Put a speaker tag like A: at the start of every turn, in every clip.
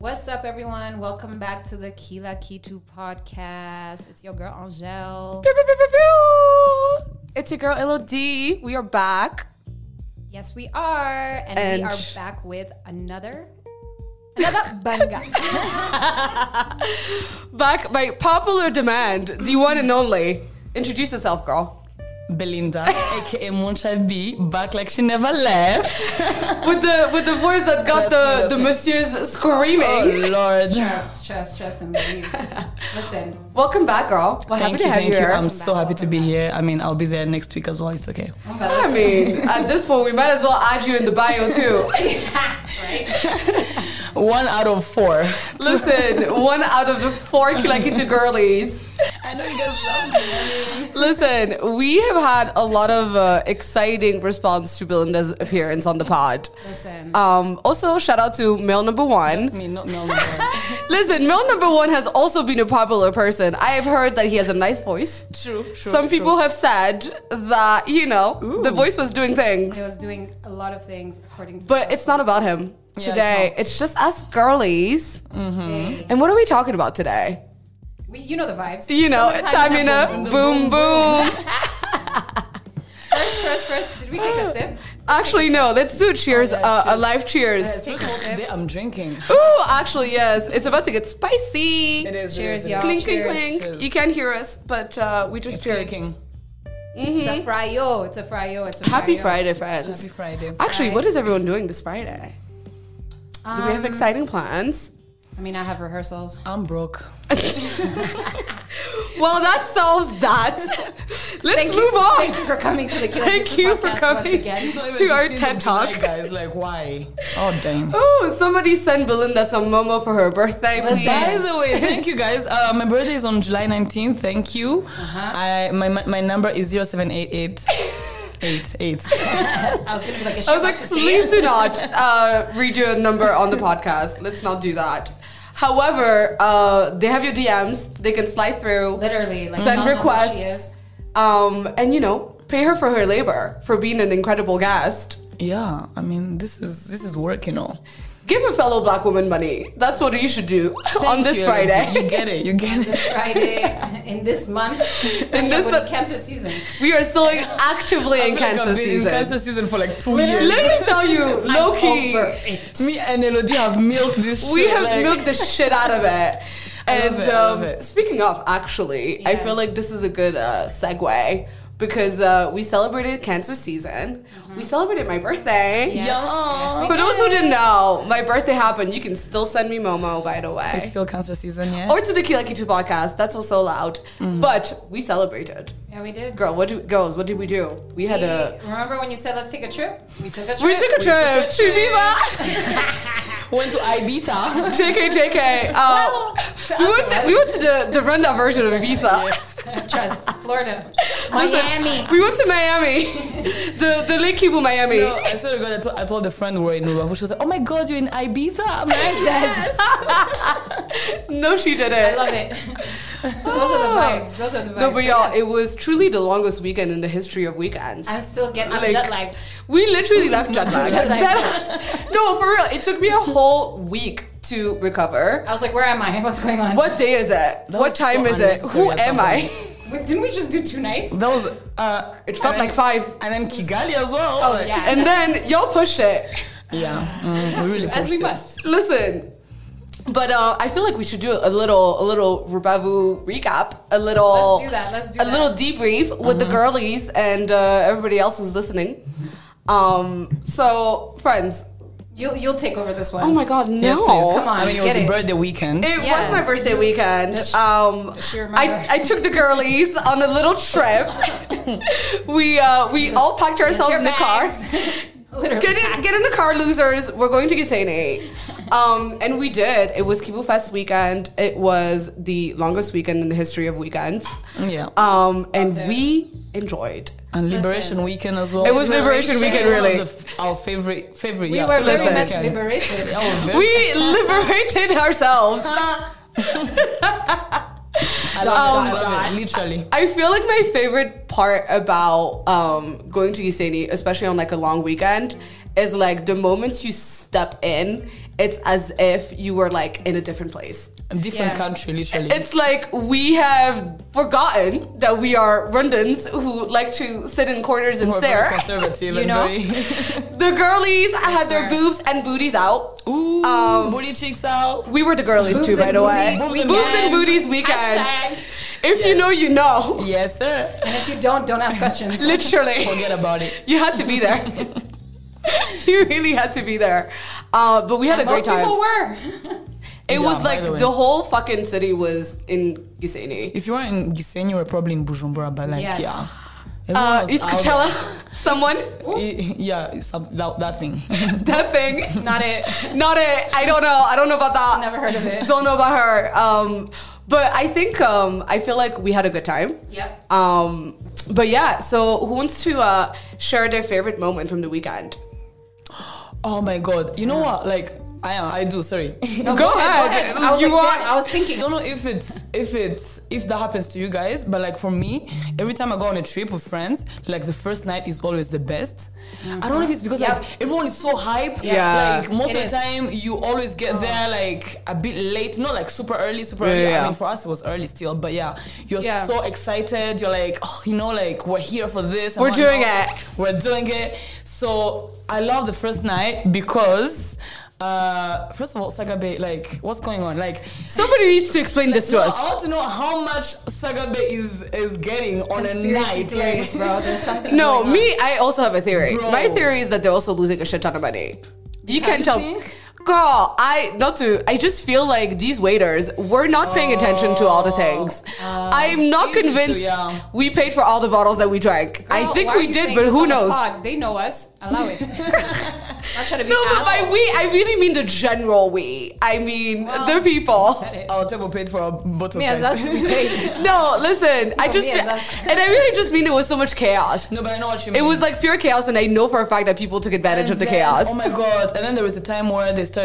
A: What's up, everyone? Welcome back to the Kila Kitu podcast. It's your girl Angel.
B: It's your girl LOD. We are back.
A: Yes, we are, and,
B: And-
A: we are back with another another banga.
B: Back by popular demand. The one and only. Introduce yourself, girl.
C: Belinda, aka Moncha B, back like she never left.
B: With the with the voice that got the,
C: That's
B: the
C: me,
B: monsieurs screaming.
C: Oh Lord.
A: trust, trust, trust, and believe. Listen,
B: Welcome back, girl. We're happy
C: Thank
B: to
C: you,
B: have you
C: thank you.
B: here.
C: I'm so happy to be here. I mean, I'll be there next week as well. It's okay.
A: but
B: I mean, at this point, we might as well add you in the bio too.
C: One out of four.
B: Listen, one out of the four Kilakitu girlies.
C: I know you guys love me.
B: Listen, we have had a lot of uh, exciting response to Belinda's appearance on the pod.
A: listen.
B: Um, also, shout out to male number one.
C: Me, not Mel.
B: Listen, male number one has also been a popular person. I have heard that he has a nice voice.
C: True, true.
B: Some people have said that, you know, the voice was doing things,
A: I was doing a lot of things according to.
B: but it's not about him
C: it's
B: today.
C: not.
B: it's, just us girlies.
A: Okay.
B: And what are we talking about today?
A: We, you know the vibes.
B: You know,
A: Summertime in
B: Tamina,
A: that
B: boom, boom.
A: First, first, first. Did we take a sip?
B: Actually, no, let's do cheers,
C: Oh, yeah,
B: uh, a live cheers.
A: Let's take a
C: Today
A: sip.
C: I'm drinking.
B: Ooh, actually, yes. It's about to get spicy.
C: It is.
A: Cheers,
C: it is, it
A: y'all.
B: Clink,
C: is.
B: clink,
A: Cheers.
B: clink.
C: Cheers.
B: You can't hear us, but uh, we just
C: It's
B: cheered.
C: drinking.
A: It's a fryo. It's a fryo. It's a fryo.
B: Mm-hmm. Happy Friday,
C: Happy
B: friends.
C: Friday.
B: Actually,
A: Friday.
B: what is everyone doing this Friday? Do we have
A: Um,
B: exciting plans?
A: I mean, I have rehearsals.
C: I'm broke.
B: well, that solves that. Let's move
A: you,
B: on.
A: Thank you for coming to the Killer
B: Thank
A: Kids
B: you for
A: podcast
B: coming.
A: once again.
B: To our TED Talk.
C: guys, like, why? Oh, damn.
B: Oh, somebody send Belinda some momo for her birthday,
A: Listen.
B: please.
C: By the way, thank you guys. Uh, my birthday is on July 19th. Thank you.
B: Uh-huh.
C: I my, my my number is 0788. Eight, eight.
A: I was gonna be like, is she
B: I was
A: about
B: like,
A: to say
B: please
A: it?
B: do not uh, read your number on the podcast. Let's not do that. However, uh, they have your DMs. They can slide through,
A: literally like,
B: send
A: y'all know who She
B: requests,
A: is.
B: um, and you know, pay her for her labor for being an incredible guest.
C: Yeah, I mean this is this is work, you know.
B: Give a fellow black woman money. That's what you should do on
C: Thank
B: this
C: you,
B: Friday.
C: you get it, you get it.
A: This Friday in this month, in
B: this
A: this
B: month.
A: cancer season.
B: We are still like, actively in
C: I feel like I've
B: cancer
C: been in
B: season.
C: cancer season for like two years.
B: Let me tell you, low key,
A: Over it.
C: Me and Elodie have milked this.
B: we
C: shit,
B: have
C: like,
B: milked the shit out of it.
C: I
B: And
C: love it, I love
B: um,
C: it.
B: speaking of, actually, I
A: Yeah.
B: feel like this is a good uh, segue because uh, we celebrated cancer season. We celebrated my birthday.
A: Yes,
C: Mm-hmm. Yeah.
A: yes, we
B: For those who
A: did.
B: didn't know, my birthday happened. You can still send me Momo, by the
C: It's
B: way.
C: still cancer season, yeah.
B: Or to the Kila Kitu podcast. That's also loud.
C: Mm-hmm.
B: But we celebrated.
A: Yeah, we did.
B: Girl, what do girls, what did we do? We had a
A: remember when you said let's take a trip? We took a trip.
B: we took a trip to Ibiza.
C: Went to Ibiza.
B: JK, JK. Uh,
A: Well, to
B: we,
A: us
B: went to,
A: it
B: we went to the, the rundown version of Ibiza.
A: Trust Florida,
B: Listen,
A: Miami.
B: we went to Miami. the the Lake Kibu, Miami.
C: No, I swear to God, I told, I told a friend we we're in Uber. She was like, "Oh my God, you're in Ibiza!" I'm like, "Yes."
B: No, she
A: I
B: didn't.
A: love it. Those are the vibes. Those are the vibes.
B: Ah. No, but
A: So
B: y'all,
A: yes,
B: it was truly the longest weekend in the history of weekends.
A: I'm still getting I'm
B: like-
A: jet lagged.
B: We literally left jet lag.
A: Jet lag.
B: That- no, for real, it took me a whole week to recover.
A: I was like, where am I? What's going on?
B: What day is it? what
C: was
B: time
C: so
B: is it? Who
C: unnecessary at
B: am
C: some
B: I?
A: Wait, didn't we just do two nights?
C: That was. Uh,
B: It felt
C: and
B: like five.
C: then- And then Kigali as well. Oh
A: yeah.
B: And then y'all pushed it.
C: Yeah. Mm, we really
A: As we
C: pushed it.
A: must.
B: Listen. But uh, I feel like we should do a little, a little Rubavu recap, a little,
A: Let's do that, let's do
B: a
A: that. Mm-hmm.
B: little debrief with the girlies and uh, everybody else who's listening. Um, so friends,
A: You'll you'll take over this one.
B: oh my god, no!
C: Yes, please.
A: Come on,
C: I mean, it was
A: get
C: a
A: it.
C: birthday weekend.
B: It
A: Yeah.
B: was my birthday weekend.
A: Does she-
B: um,
A: does she remember?
B: I, I took the girlies on a little trip. we uh, we all packed ourselves in the car.
A: car. Literally.
B: Get in, get in the car, losers. We're going to Gisane. Um, and we did. It was Kibu Fest weekend. It was the longest weekend in the history of weekends.
C: Yeah.
B: Um,
A: Loved it.
B: and we enjoyed.
C: and Liberation
A: Ah, listen.
C: Weekend as well.
B: It was Liberation Weekend,
C: One of
B: really.
C: the f- our favorite, favorite.
A: We
C: yeah,
A: were very
B: listen.
A: much
C: weekend.
A: liberated. Oh,
C: Yeah, we're
B: We
C: very-
B: liberated ourselves.
C: I love it.
A: Dot,
C: I love
A: dot.
C: it. Literally.
B: I feel like my favorite part about um, going to Yiseni, especially on like a long weekend, is like the moment you step in, it's as if you were like in a different place.
C: Different
A: Yeah.
C: country, literally.
B: It's like we have forgotten that we are Rundans who like to sit in corners and
C: We're very
B: stare.
C: conservative
A: You
C: and
A: know?
C: very
B: The girlies had their
A: sir.
B: boobs and booties out.
C: Ooh,
B: Um,
C: booty cheeks out.
B: We were the girlies
A: Boobs
B: too, by
A: and
B: the
A: booty- boobs
B: way.
A: and
B: Boobs
A: men.
B: and booties weekend.
A: Hashtag.
B: If you know, you know.
C: Yes, sir.
A: And if you don't, don't ask questions.
B: Literally.
C: Forget about it.
B: You had to be there. you really had to be there. Uh, but we had a
A: Most
B: great time.
A: people were.
B: it
C: Yeah,
B: was
C: by
B: like
C: the way.
B: the, whole fucking city was in Giseni.
C: If you were in Gisenyi, you were probably in Bujumbura, but like,
A: Yes.
C: yeah.
B: Uh,
C: Everyone was
B: East
C: out.
B: Coachella, someone,
C: I- yeah, it's some, that, that thing.
B: that thing.
A: Not it.
B: Not it. I don't know. I don't know about that.
A: Never heard of it.
B: Don't know about her. Um, but I think um, I feel like we had a good time.
A: Yep.
B: Um, but yeah, so who wants to uh, share their favorite moment from the weekend?
C: oh my god. You know what? Like, I am, I do, sorry.
A: No,
B: Go ahead.
A: I was
B: You
A: like,
B: are-
A: damn, I was
C: I
A: thinking.
C: don't know if it's if it's if that happens to you guys, but like for me, every time I go on a trip with friends, like the first night is always the best. I don't know if it's because
A: Yep.
C: like everyone is so hype.
A: Yeah.
B: Yeah. Oh.
C: Like most
A: It
C: of the
A: is.
C: time you always get there like a bit late, not like super early, super
B: Yeah,
C: early.
B: yeah,
C: I
B: yeah.
C: mean for us it was early still, but yeah, you're
B: Yeah.
C: so excited. You're like, oh, you know, like we're here for this. and
B: We're doing
C: whatnot.
B: it.
C: We're doing it. So I love the first night because. Uh, first of all, Saga Bay, like, what's going on? Like,
B: Somebody needs to explain this to
C: no,
B: us.
C: I want to know how much Sagabe is is getting on a
A: Conspiracy
C: night. Like,
A: theories, bro. There's something.
B: No,
A: going on.
B: me, I also have a theory.
C: Bro.
B: My theory is that they're also losing a shit ton of money. You can't
C: you
B: tell.
C: think?
B: Girl, I not to. I just feel like these waiters were not paying attention to all the
A: Oh,
B: things.
A: um,
B: I'm not
C: easy to,
B: convinced
C: yeah.
B: we paid for all the bottles that we drank. I
A: Girl,
B: think
A: why are
B: we
A: you
B: did,
A: saying
B: but
A: this
B: who
A: on the
B: knows?
A: pod? They know us. Allow it. I'm not trying to be
B: No, but by
A: asshole.
B: we, I really mean the general we. I mean
A: Well,
B: the people.
A: Said it.
C: our table paid for a bottle.
A: Yeah,
C: guys.
A: that's we paid.
B: No, listen, I just
A: me
B: fe-
A: as us.
B: and I really just mean it was so much chaos.
C: no, but I know what you
B: It
C: mean.
B: was like pure chaos, and I know for a fact that people took advantage of the
C: And then-
B: chaos.
C: Oh my god! And then there was a time where they started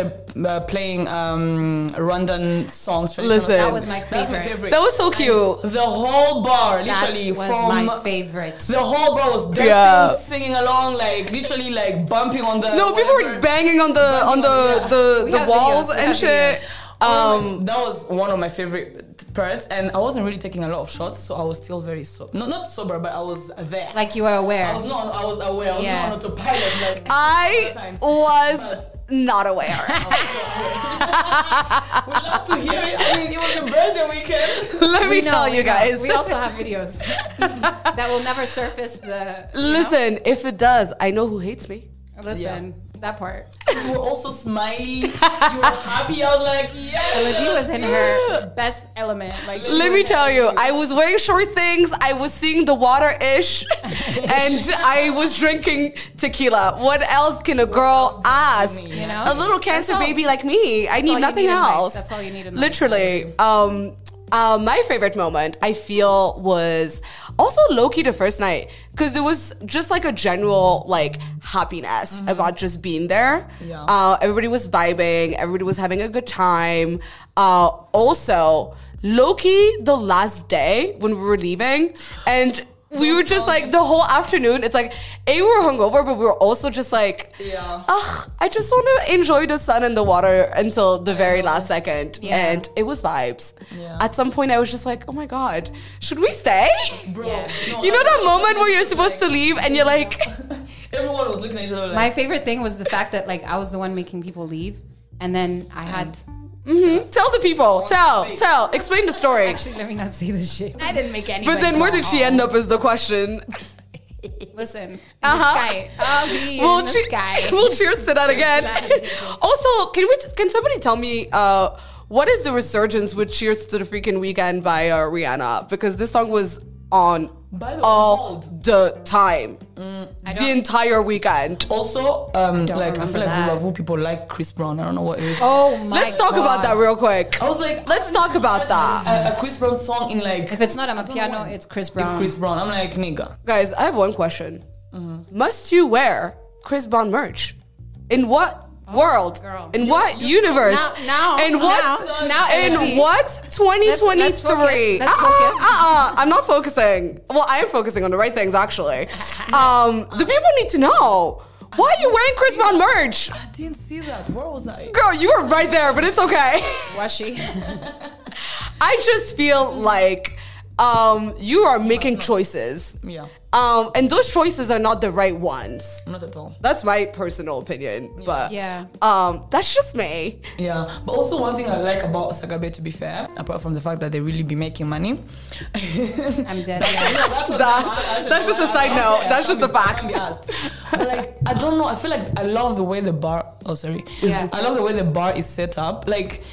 C: uh, playing um, random songs. traditional
B: Listen.
C: songs.
B: That
A: was my
C: That's my
A: favorite.
C: favorite.
B: That was so cute.
C: the whole bar,
A: That
C: literally
A: was
C: from
A: my favorite.
C: the whole bar was dancing,
B: Yeah.
C: singing along, like literally like bumping on the.
A: Oh,
B: No, people were
C: whatever.
B: banging on the
C: Banging
B: on
C: on
B: the
C: it, yeah.
B: the,
A: We
B: the
A: have videos,
B: walls
A: we
B: and
A: have
B: shit. Um,
C: Um, that was one of my favorite parts, and I wasn't really taking a lot of shots, so I was still very sober. No, not sober, but I was there.
A: Like you were aware.
C: I was not. I was aware. I was
A: Yeah.
C: not on autopilot. Like
B: I
C: sometimes.
B: was
C: But-
B: not aware.
C: we love to hear it. I mean, it was a birthday weekend.
B: Let me
A: know,
B: tell you
A: we know.
B: guys.
A: We also have videos that will never surface the. you know?
B: Listen, if it does, I know who hates me.
A: Listen, that part.
C: You were also smiley. You were happy. I was like, yeah.
A: Legit was in her best element. Like she
B: Let me
A: was-
B: tell you, I was wearing short things, I was seeing the water ish, and I was drinking tequila. What else can a girl ask?
C: need?
A: You know,
B: A little
A: That's
B: cancer
A: all-
B: baby like me, I
A: all
B: need
A: you
B: nothing
A: need in life.
B: else.
A: That's all you need in life.
B: Literally. Um, uh, my favorite moment, I feel, was also low key the first night because there was just like a general like happiness about just being there.
C: Mm-hmm. Yeah.
B: Uh, everybody was vibing. Everybody was having a good time. Uh, also, low key the last day when we were leaving and. We
C: Don't
B: were just
C: tell
B: like the whole afternoon. It's like, a we were hungover, but we were also just like,
C: Yeah.
B: Ugh, I just want to enjoy the sun and the water until the very last second.
A: Yeah.
B: And it was vibes.
C: Yeah.
B: At some point, I was just like, oh my God, should we stay?
C: Bro,
A: Yeah.
C: no,
B: You know
C: I
B: that
C: was
B: moment where you're
C: like-
B: supposed to leave and you're like,
C: Everyone was looking at each other like.
A: My favorite thing was the fact that like I was the one making people leave, and then I had.
B: "Mhm, tell the people, tell,
C: Honestly.
B: tell, explain the story.
A: Actually, let me not say this shit. I didn't make any.
B: But then where did she end up is the question.
A: Listen, in
B: Uh-huh.
A: the sky. I'll be in
B: We'll,
A: the
B: che-
A: sky.
B: we'll cheers to that again.
A: that.
B: also, can we? Just, can somebody tell me uh, what is the resurgence with "Cheers to the Freaking Weekend" by uh, Rihanna? Because this song was on
C: By the way,
B: all
C: old.
B: the time,
A: Mm, I
B: the
A: don't-
B: entire weekend.
C: also, um,
A: Don't
C: like I
A: remember
C: feel like
A: that.
C: Rubavu people like Chris Brown. I don't know what it is.
A: Oh my.
B: Let's talk about
A: God.
B: that real quick.
C: I was like,
B: Let's talk about that,
C: a, a Chris Brown song in like
A: If it's not I'm a piano, it's Chris
C: it's
A: Brown.
C: Chris Brown. I'm like nigga.
B: guys.
A: Mm-hmm.
B: I have one question: Must you wear Chris Brown merch? In what world?
A: Oh, girl.
B: In what universe?
A: Now- now-
B: in what?
A: now- now
B: in
A: NFTs.
B: what?
A: Let's-
B: 2023.
A: let's focus, let's
B: uh-uh,
A: focus.
B: uh-uh, I'm not focusing. Well, I am focusing on the right things actually. Um,
A: Uh-huh.
B: the people need to know. Why are you wearing Chris Brown merch?
C: I didn't see that. Where was I?
B: Girl, you were right there, but it's okay.
A: Was she?
B: I just feel like um, you are making
A: Uh-huh.
B: choices.
C: Yeah.
B: Um, and those choices are not the right ones.
C: Not at all.
B: That's my personal opinion, but
A: Yeah.
B: um, that's just me.
C: Yeah, but also one thing I like about Sagabe, to be fair, apart from the fact that they really be making money.
A: I'm dead. yeah.
C: that's, what
B: That-
C: I'm asking.
B: that's just a side
C: Okay,
B: note.
C: I
B: That's
C: can't
B: just a
C: be- I
B: fact.
C: can't be asked. But like, I don't know. I feel like I love the way the bar. Oh, sorry.
A: Yeah.
C: I love the way the bar is set up. Like,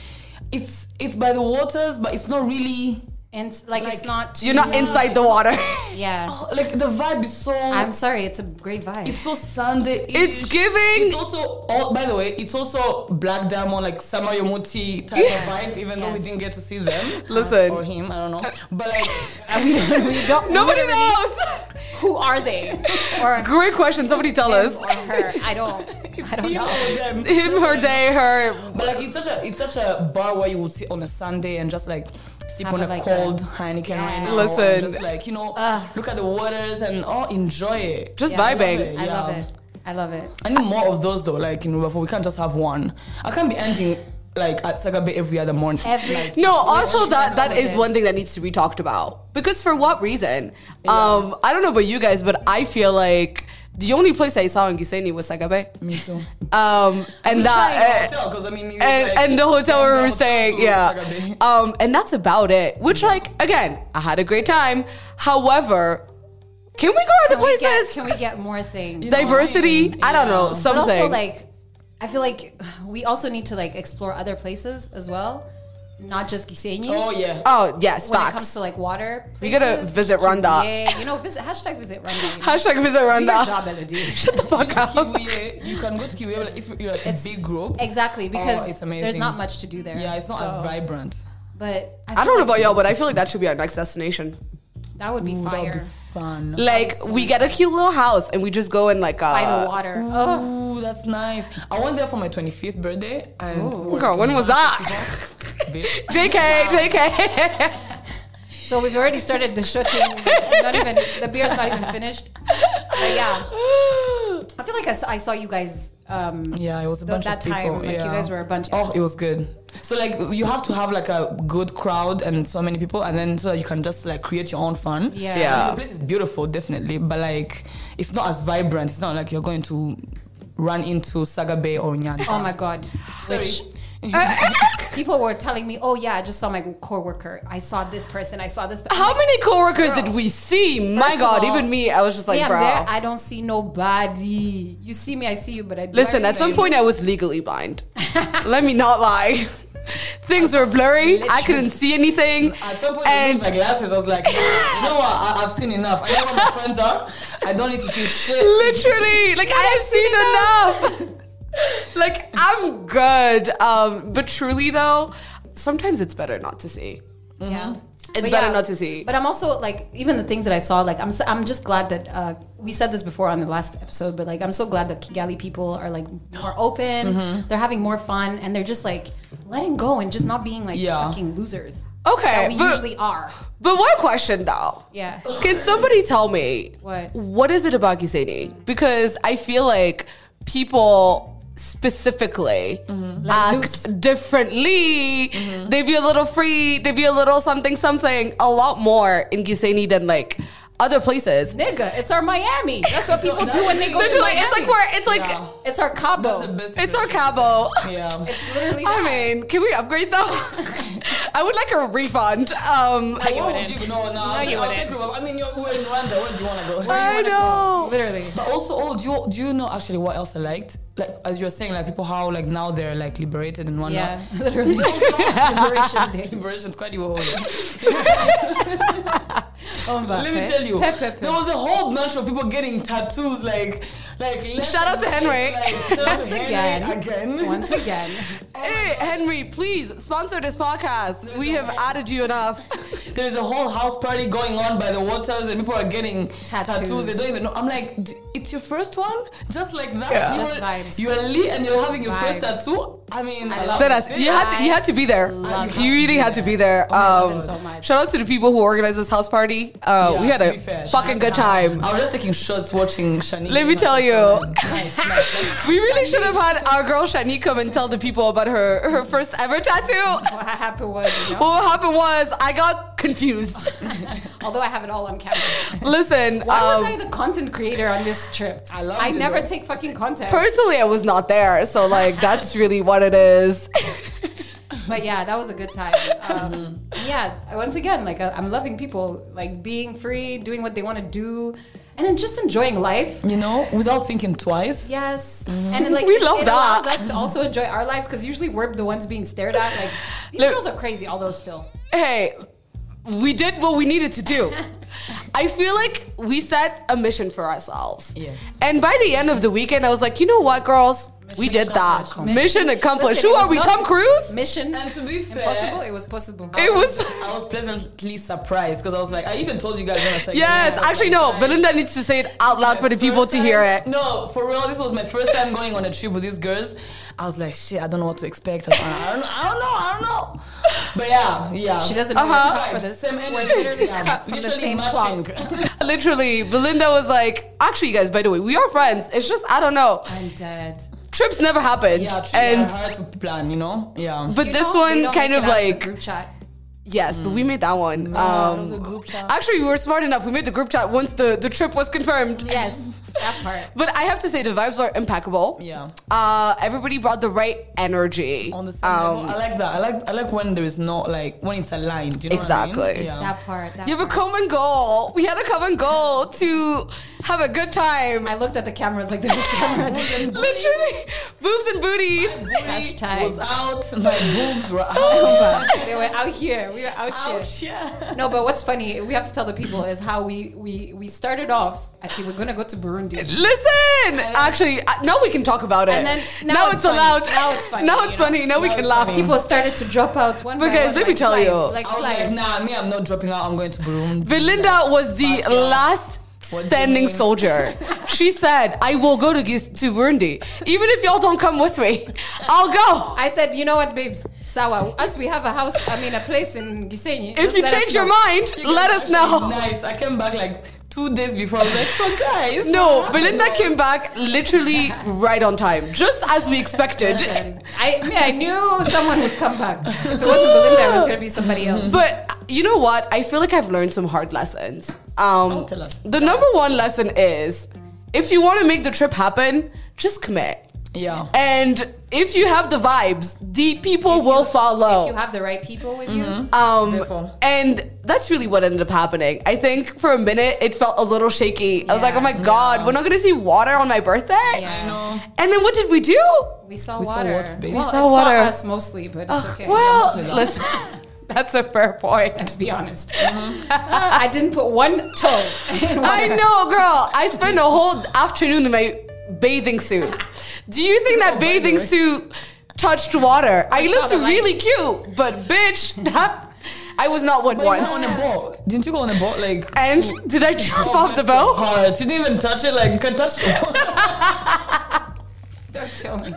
C: it's it's by the waters, but it's not really.
A: And like, it's not. Too,
B: You're not inside the water.
A: Yeah.
C: Oh, like the vibe is so.
A: I'm sorry. It's a great vibe.
C: it's so Sunday.
B: It's giving-
C: It's also all. By the way, it's also Black Diamond, like Sama Yomoti type
B: Yeah.
C: of vibe. Even though we
A: Yes.
C: didn't get to see them,
B: Listen.
C: or him, I don't know. But like,
A: we don't. We don't
B: Nobody
A: literally-
B: knows.
A: Who are they? Or
B: Great question. Somebody tell
A: him
B: us.
A: or her? I don't. I don't know.
C: Them.
B: Him, her, they, her.
C: But like it's such a it's such a bar where you would sit on a Sunday and just like sip
A: Have
C: on
A: a,
C: a
A: like,
C: cold
A: a-
C: Heineken
A: Yeah.
C: right now.
B: Listen.
C: and just like you know,
A: Ugh.
C: look at the waters and oh, enjoy it.
B: Just
A: Yeah, I love
B: vibing.
A: I love
C: Yeah.
A: it. I love it.
C: I need more of those though. Like in Rubafo, we can't just have one. I can't be ending like at Saga Bay every other morning.
A: Every
B: No, also that
A: that's
B: that
A: all of
B: is
A: it.
B: one thing that needs to be talked about. Because for what reason? Um, I don't know about you guys, but I feel like the only place I saw in Giseni was Sagabe.
C: Me too.
B: Um, and that. uh,
C: Hotel, 'cause I mean, it's
B: and,
C: like-
B: and the hotel
C: from
B: where
C: the
B: we were
C: hotel
B: staying,
C: to Saga
B: yeah.
C: Bay.
B: Um, and that's about it. Which, like, again, I had a great time. However, can we go other
A: Can we, get,
B: places?
A: can we get more things?
B: Diversity? I don't know.
C: Yeah.
A: But
B: Something.
A: also, like, I feel like we also need to like explore other places as well, not just Gisenyi.
C: Oh yeah.
B: oh yes,
A: when it comes
B: facts.
A: to like water,
B: We gotta
A: places,
B: visit Rwanda.
A: Kibuye, You know, visit hashtag visit Rwanda.
B: Hashtag visit
A: Do your job,
B: Rwanda.
A: Elodie.
B: Shut the fuck up.
C: Kiwiye, you can go to Kiwiye like, if you're like
A: It's-
C: a big group.
A: Exactly,
B: Oh,
A: because
C: it's amazing.
A: there's not much to do there.
C: Yeah, it's not
A: So,
C: as vibrant.
A: But
B: I
A: feel
B: don't know
A: like
B: about y'all, but I feel like that should be our next destination.
A: that would be
C: Ooh, that would be
A: fire
C: fun.
B: Like we get a cute little house and we just go and like uh,
A: by the water. Oh,
C: Ooh, that's nice. I went there for my 25th birthday. And we were
B: Oh, Girl, when was that?
C: Bitch.
B: JK, JK.
A: so we've already started the shooting. not even the beer's not even finished. But yeah, I feel like I saw, I saw you guys. Um,
C: Yeah, it was a
A: The-
C: bunch
A: that
C: of people.
A: time, like, you
C: yeah.
A: guys were a bunch.
C: Oh, it was good. So like you have to have like a good crowd and so many people, and then so that you can just like create your own fun.
A: yeah.
B: Yeah.
C: The place is beautiful, definitely, but like it's not as vibrant. It's not like you're going to run into Saga Bay or Nyan.
A: Oh my god. Which people were telling me, oh yeah, I just saw my coworker. I saw this person. I saw this. person."
B: How many coworkers
A: Girl.
B: did we see? My
A: First of
B: God,
A: all,
B: even me, I was just like,
A: me, I'm
B: bro.
A: there. I don't see nobody. You see me, I see you, but I
B: Listen, at some point I was legally blind. Let me not lie. Things were blurry. I couldn't see anything.
C: At some point, I
B: And
C: removed my glasses. I was like, "Ah, you know what? I, I've seen enough. I know what my friends are. I don't need to see shit.
B: literally, like I have seen enough. like I'm good. Um, but truly though, sometimes it's better not to see.
A: yeah.
B: Mm-hmm. It's better not to see.
A: But I'm also like, even the things that I saw, like I'm, s- I'm just glad that uh, we said this before on the last episode, but like I'm so glad that Kigali people are like more open.
B: Mm-hmm.
A: They're having more fun, and they're just like letting go and just not being like
C: Yeah.
A: fucking losers.
B: Okay,
A: that we
B: but-
A: usually are.
B: But one question though.
A: Yeah.
B: Can somebody tell me
A: What?
B: what is it about Giseni? Because I feel like people specifically
C: Mm-hmm.
B: act
A: loose.
B: differently. They be a little free, they be a little something something, a lot more in Giseni than like other places.
A: Nigga, it's our Miami. That's what people do when they go to
B: Literally,
A: Miami.
B: it's like we're it's like
C: Yeah.
A: It's our Cabo.
C: That's the best.
B: it's our Cabo.
C: Yeah.
A: It's literally.
B: I
A: that.
B: mean, can we upgrade though? I would like a refund. Um
C: Like, what would you no, no, I'll,
A: you
C: take- I'll
A: wouldn't.
C: take Rubber. I mean, you're, we're in Rwanda. Where do you want to go?
B: I know.
A: literally.
C: But also, oh, do you do you know actually what else I liked? Like as you were saying, like people how like now they're like liberated in
B: oh,
C: Rwanda.
A: Yeah, literally. Liberation Day.
C: Liberation quite you were holding.
A: Oh, my
C: Let me
A: God.
C: tell you,
A: Pe- pe- pe-
C: there was a whole bunch of people getting tattoos. Like, like left
B: Shout out to
C: and
B: Henry.
C: right, Like, shout out to
A: Once
C: Henry
A: again.
C: again.
A: Once again.
B: Hey, Henry, please sponsor this podcast. We have added you enough.
C: There is a whole house party going on by the waters, and people are getting tattoos.
A: Tattoos.
C: They don't even know. I'm like, "D- it's your first one, just like that.
B: Yeah.
C: You
A: Just
C: are,
A: vibes.
C: You are lit, and you're having your first
A: Vibes.
C: tattoo. I mean,
A: I love
C: it.
A: it.
B: That has, you had to you had to be there.
A: love
B: You really had to be there.
A: Oh, I love it
B: Um,
A: so much.
B: Shout out to the people who organized this house party. Uh,
C: Yeah,
B: we had
C: to
B: a
C: be fair,
B: fucking good time.
C: I was just taking shots watching Shani.
B: Let me tell you.
C: Nice, nice, nice.
B: We really should have had our girl Shani come and tell the people about her her first ever tattoo.
A: What happened was, you know,
B: What happened was I got confused.
A: although I have it all on camera,
B: Listen,
A: why
B: um,
A: was I the content creator on this trip?
C: I love
A: I
C: it,
A: never
C: though.
A: take fucking content.
B: personally I was not there, so like that's really what it is.
A: but yeah, that was a good time. Um, yeah, once again, like I- I'm loving people, like being free, doing what they want to do, and then just enjoying life. Mm-hmm.
C: You know, without thinking twice.
A: Yes, and then, like
B: We
A: it-
B: love
A: it
B: that.
A: allows us to also enjoy our lives because usually we're the ones being stared at. Like these
B: Look-
A: girls are crazy, although still.
B: hey, we did what we needed to do. I feel like we set a mission for ourselves.
C: Yes.
B: And by the end of the weekend, I was like, you know what, girls? we did that. Mission, accomplished.
A: Listen,
B: Who
A: it
B: are
A: was
B: we,
A: not-
B: Tom Cruise?
A: Mission
C: And to be fair,
A: impossible. It was possible.
B: It was.
C: I was pleasantly surprised because I was like, I even told you guys when I said
B: Yes, actually, no. Belinda needs to say it out loud for the people to hear it.
C: No, for real, this was my first time going on a trip with these girls. I was like, shit, I don't know what to expect. I, don't, I don't know, I don't know. But yeah, yeah.
A: She doesn't know
B: Uh-huh.
A: what's up for this.
C: Same
A: We're
C: energy.
A: literally
C: Yeah,
A: from the
C: literally
A: same
C: matching.
A: clock.
B: Literally, Belinda was like, actually, you guys, by the way, we are friends. It's just, I don't know.
A: I'm dead.
B: Trips never happened.
C: Yeah, true.
B: and
C: yeah, hard to plan, you know? Yeah.
B: But
A: You
B: this
A: know, they
B: one
A: don't
B: kind
A: make
B: of
A: it out the
B: like,
A: group chat.
B: yes, but
A: Mm.
B: we made that one.
C: out
B: Um,
C: of the group chat.
B: Actually, we were smart enough. We made the group chat once the, the trip was confirmed.
A: Yes, that part.
B: But I have to say the vibes were impeccable.
C: Yeah.
B: Uh, everybody brought the right energy.
C: on the same
B: Um,
C: level. I like that. I like I like when there is no like when it's aligned. You know What I
B: Exactly.
C: mean? Yeah.
A: That part. That
B: You have a
A: part.
B: common goal. We had a common goal to have a good time.
A: I looked at the cameras like there was cameras.
B: Literally, boobs and booties.
A: Hashtag.
C: was out. My boobs were out.
A: they were out here. We were out here.
C: Ouch, yeah.
A: No, but what's funny, we have to tell the people is how we we we started off. I see we're gonna go to Burundi.
B: Listen, actually, uh, now we can talk about it.
A: And then- now
B: now
A: it's
B: it's
A: funny.
B: allowed.
A: Now it's funny,
B: Now it's
A: you know?
B: funny. Now we
C: Now
B: can
C: it's
B: laugh.
C: funny.
A: People started to drop out one
B: Because
A: by one,
B: let me
A: like
B: tell
A: flies,
B: you.
A: like
C: I was like,
A: flies.
C: nah, me, I'm not dropping out. I'm going to Burundi.
B: Belinda was the
C: Fuck yeah.
B: last
C: What's
B: standing
C: your name?
B: soldier. she said, "I will go to Giz- to Burundi, even if y'all don't come with me. I'll go."
A: I said, you know what, babes, Sawa, us we have a house, I mean a place in Gisenyi.
B: If
A: just
B: you
A: let us
B: change your
A: know."
B: mind, let us know.
C: Nice. I came back like two days before. I was like, so guys.
B: No, Belinda came back literally right on time, just as we expected.
A: Listen, I, I mean, I knew someone would come back. If it wasn't Belinda, it was gonna be somebody else.
B: But you know what? I feel like I've learned some hard lessons. Um,
C: Oh, tell us.
B: the number one lesson is if you want to make the trip happen, just commit.
C: Yeah.
B: And if you have the vibes, the people
A: If you-
B: will follow.
A: If you have the right people with you,
B: Um,
C: Therefore.
B: and that's really what ended up happening. I think for a minute it felt a little shaky. I was like,
A: Yeah.
B: oh my god, we're not gonna see water on my birthday.
A: Yeah. I know.
B: And then what did we do?
A: we saw
C: We saw
A: water.
C: water, babe. We
A: Well,
B: saw
A: it
B: water. Uh,
A: Saw us mostly, but it's okay.
B: Well,
C: Yeah.
B: listen, that's a fair point.
A: Let's be honest. Uh, I didn't put one toe in water.
B: I know, girl. I spent a whole afternoon in my bathing suit. Do you think that
C: Oh, by the
B: bathing
C: way.
B: suit touched water? I, looked
A: the light.
B: really cute, but bitch, that I was not what
C: But you went on
B: once.
C: a boat. Didn't you go on a boat? Like,
B: And did I jump off the
A: Oh,
C: so
B: boat?
C: hard. You didn't even touch it. Like, you can't touch it.
A: Don't kill me.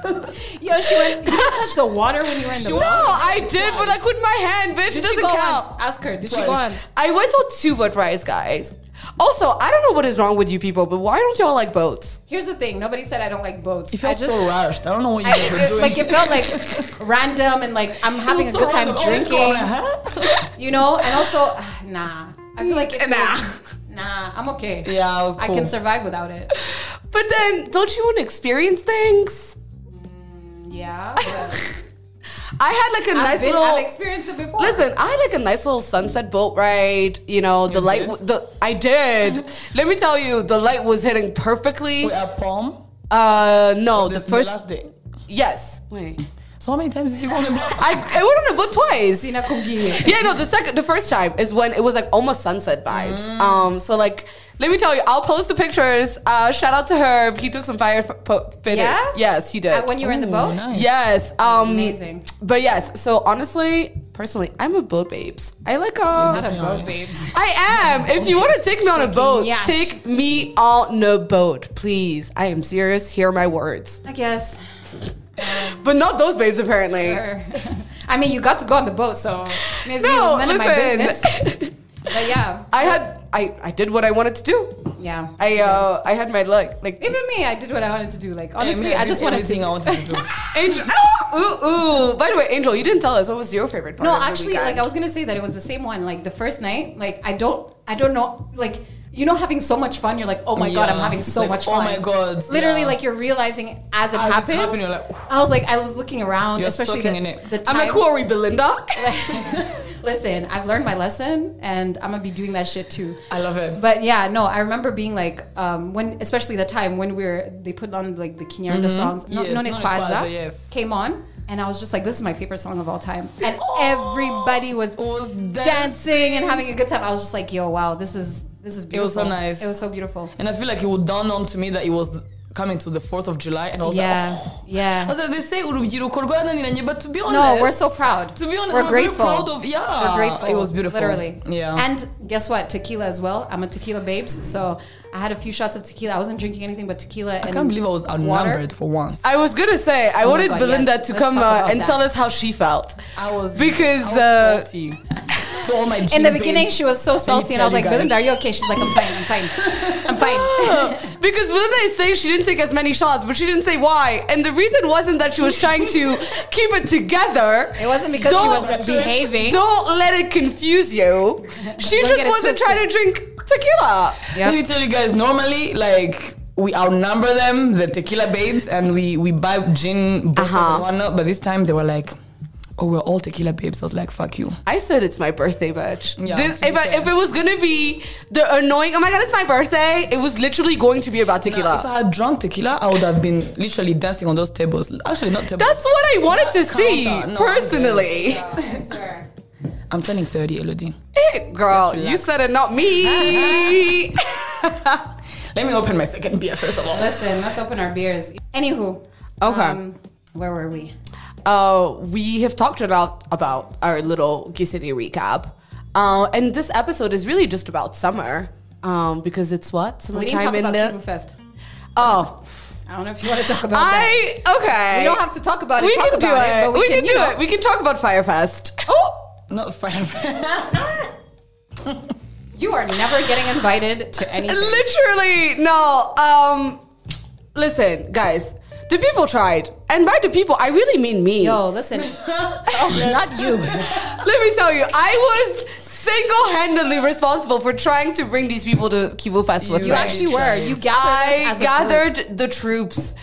A: Yo, she went. Did you touch the water when you were in the
B: No, I did, but I put my hand, bitch. It
A: Did she
B: doesn't
A: go
B: count.
A: once? Ask her. Did she
C: Twice.
A: go once?
B: I went on two boat rides, guys. Also, I don't know what is wrong with you people, but why don't y'all like boats?
A: Here's the thing. Nobody said I don't like boats.
C: It
A: I
C: felt
A: just
C: so rushed. I don't know what you
A: I,
C: guys were
A: it,
C: doing.
A: like it felt like random and like I'm having a
C: So
A: good time
C: random. Oh, it's
A: drinking,
C: going, huh?
A: you know. And also, ah, nah. I feel like if it
B: Nah.
A: was- nah. I'm okay.
C: Yeah, I was
A: I
C: cool.
A: can survive without it.
B: But then, don't you want to experience things?
A: Yeah. but
B: I had like a
A: I've,
B: nice
A: been,
B: little.
A: I've experienced it before.
B: Listen, I had like a nice little sunset boat ride. You know, the
C: You
B: light.
C: did?
B: w- The I did. Let me tell you, the light was hitting perfectly.
C: We are palm.
B: Uh, no, the
C: This-
B: first.
C: last day.
B: Yes. Wait.
C: So how many times did you go on a boat?
B: I I went on a boat twice.
A: Sina Kungi.
B: yeah, no, the second, the first time is when it was like almost sunset vibes. Um, so like, let me tell you, I'll post the pictures. Uh, shout out to her. He took some fire f- po- fitted.
A: Yeah?
B: Yes, he did.
A: Uh, When you were in the
C: Ooh,
A: boat.
C: nice.
B: yes. Um,
A: Amazing.
B: But yes, so honestly, personally, I'm a boat babes. I like um,
A: Not a boat, babes.
B: I am. If you want to take me on a boat,
A: yes.
B: take me on a boat, please. I am serious. Hear my words,
A: I guess.
B: but not those babes. Apparently,
A: Sure. I mean, you got to go on the boat, so Miss V's
B: No,
A: is none of my
B: listen.
A: business. But yeah,
B: I had I I did what I wanted to do.
A: yeah.
B: I uh I had my luck. Like
A: Even me, I did what I wanted to do. Like honestly,
C: mean,
A: I, just
C: did
A: wanted to.
C: everything I wanted to do.
B: Angel. Oh, ooh, ooh. By the way, Angel, you didn't tell us what was your favorite part.
A: no,
B: of the
A: actually,
B: weekend?
A: like I was gonna say that it was the same one. Like the first night, like I don't, I don't know, like. You know, having so much fun, you're like, oh my god, I'm
C: Yeah.
A: having so
C: Like,
A: much
C: oh
A: fun.
C: my God,
A: Literally,
C: yeah.
A: like you're realizing as it
C: As it's
A: happens.
C: happening, you're like,
A: I was like, I was looking around,
C: You're
A: especially
C: soaking
A: the,
C: in it.
A: the
B: I'm
A: time.
B: like, who are we, Belinda?
A: Listen, I've learned my lesson, and I'm gonna be doing that shit too.
C: I love it.
A: But yeah, no, I remember being like, um, when especially the time when we were they put on like the Kinyarda songs, no, no,
C: Mm-hmm. Yes, No
A: Nec
C: Nec
A: Pasa,
C: Pasa, yes.
A: came on, and I was just like, this is my favorite song of all time, and everybody was
C: was
A: dancing and having a good time. I was just like, yo, wow, this is this is beautiful.
C: was so nice.
A: It was so beautiful.
C: And I feel like it would dawn on to me that it was coming to the 4th of July. And I was
A: yeah,
C: like, oh. I
A: yeah.
C: was like, they say urubyiruko rwananiranye, but to be honest.
A: No, we're so proud.
C: To be honest,
A: we're,
C: we're very
A: grateful.
C: proud of- yeah,
A: we're grateful.
C: it was beautiful.
A: literally.
C: Yeah.
A: and guess what? Tequila as well. I'm a tequila babes, so I had a few shots of tequila. I wasn't drinking anything but tequila.
C: I
A: and
C: can't believe I was
A: water.
C: outnumbered for once.
B: I was gonna say I wanted
A: Oh God,
B: Belinda
A: yes.
B: to
A: Let's
B: come
A: talk
B: uh,
A: about
B: and
A: that. Oh,
B: tell us how she felt.
C: I was
B: because
C: I
B: uh,
C: was salty to all my
A: in
C: Jean
A: the beginning,
C: babes.
A: she was so
C: me
A: salty, and I
C: tell
A: was
C: you
A: like,
C: guys.
A: Belinda, are you okay? She's like, I'm fine, I'm fine, I'm fine.
B: because Belinda is saying she didn't take as many shots, but she didn't say why. And the reason wasn't that she was trying to keep it together.
A: It wasn't because she wasn't behaving.
B: Don't let it confuse you. She
A: Don't
B: just
A: get it
B: wasn't trying to drink tequila.
A: Yep.
C: Let me tell you guys, normally, like, we outnumber them, the tequila babes, and we, we buy gin bottles
B: Uh-huh.
C: and whatnot. But this time, they were like, oh, we're all tequila babes. I was like, fuck you.
B: I said it's my birthday, bitch.
C: Yeah,
B: this,
C: to be
B: if, I,
C: fair.
B: if it was gonna be the annoying, oh my god, it's my birthday, it was literally going to be about tequila.
C: If I had drunk tequila, I would have been literally dancing on those tables. Actually, not tables.
B: That's what I wanted to
C: Counter,
B: see
C: no, I'm
B: personally.
C: I'm turning 30, Elodie.
B: Eh, Girl, you said it, not me.
C: Let me open my second beer first of all.
A: Listen, let's open our beers. Anywho, um,
B: Okay.
A: where were we?
B: uh, we have talked about about our little Gisity recap, uh, and this episode is really just about summer um, because it's what
A: We didn't talk
B: summertime in
A: about Kivu
B: the
A: Fest.
B: oh
A: I don't know if you want to talk about that.
B: I okay
A: We don't have to talk about it.
B: we
A: talk
B: can do
A: about
B: it,
A: but we, can,
B: do
A: you know,
B: it we can talk about Firefest
C: Oh, not fire.
A: You are never getting invited to anything.
B: literally no um listen guys the people tried and by the people I really mean me
A: Yo, listen. oh, not you.
B: Let me tell you, I was single-handedly responsible for trying to bring these people to Kivu Fest with
C: You
B: me.
A: You actually were. You gathered us
B: I
A: as a group.
B: gathered the troops.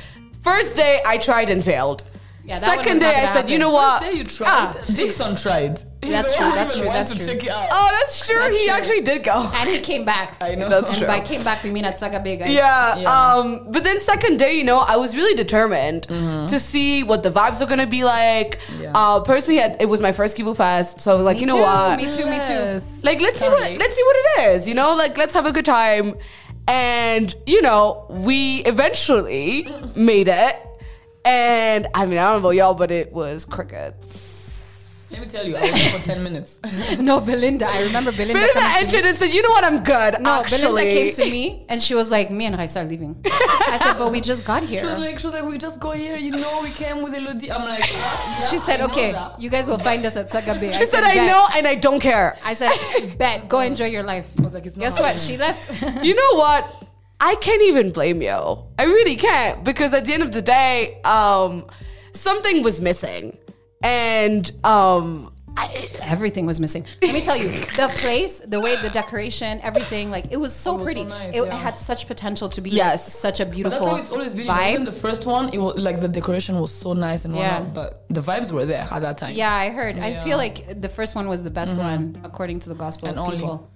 B: First day, I tried and failed.
A: Yeah, that one was
B: Second
A: not
B: day, I
A: gonna
B: said, you know
C: What?
B: what?
C: There you tried.
A: Ah,
C: Dixon tried.
A: That's true, that's true, that's true.
B: Oh, that's true.
A: That's
B: he
A: true.
B: actually did go.
A: And he came back.
C: I know.
B: That's
A: and
B: true.
A: by came back, we mean at Saga Bay, guys.
B: Yeah,
C: Yeah.
B: Um, but then second day, you know, I was really determined
A: Mm-hmm.
B: to see what the vibes are gonna be like.
C: Yeah.
B: Uh, personally, I- it was my first Kivu Fest, so I was like,
A: Me
B: you know
A: too,
B: what?
C: Oh,
A: Me too, me too.
C: Yes.
B: Like let's see
C: Sorry.
B: what let's see what it is, you know? Like let's have a good time. And you know, we eventually made it. And I mean, I don't know about y'all, but it was crickets.
C: Let me tell you, I was there for 10 minutes.
A: No, Belinda. I remember Belinda.
B: Belinda
A: coming to me.
B: entered and said, "You know what? I'm good."
A: No,
B: actually,
A: Belinda came to me and she was like, "Me and Raisa are leaving." I said, "But we just got
C: She was
A: here."
C: like, she was like, we just go here, you know, we came with Elodie. I'm like, yeah,
A: She said,
C: I know
A: "Okay,
C: that."
A: you guys will find us at Saga Bay."
B: she said, "I
A: "Bet."
B: know, and I don't care."
A: I said, "Bet, go enjoy your life." I was
C: like, it's not
A: Guess what?
C: happening.
A: She left.
B: you know what? I can't even blame you. I really can't because at the end of the day, um, something was missing, and um, I,
A: everything was missing. Let me tell you, the place, the way, the decoration, everything, like it was so
C: was so
A: pretty.
C: nice,
A: it
C: yeah.
A: had such potential to be
B: Yes.
A: such a
C: But that's
A: beautiful
C: how it's always been. Even
A: vibe.
C: the first one, it was like the decoration was so nice and
A: Yeah.
C: whatnot, but the vibes were there at that time.
A: yeah, I heard. I
C: Yeah. Mm-hmm.
A: feel like the first one was the best one according to the gospel
C: And
A: of
C: only.
A: people.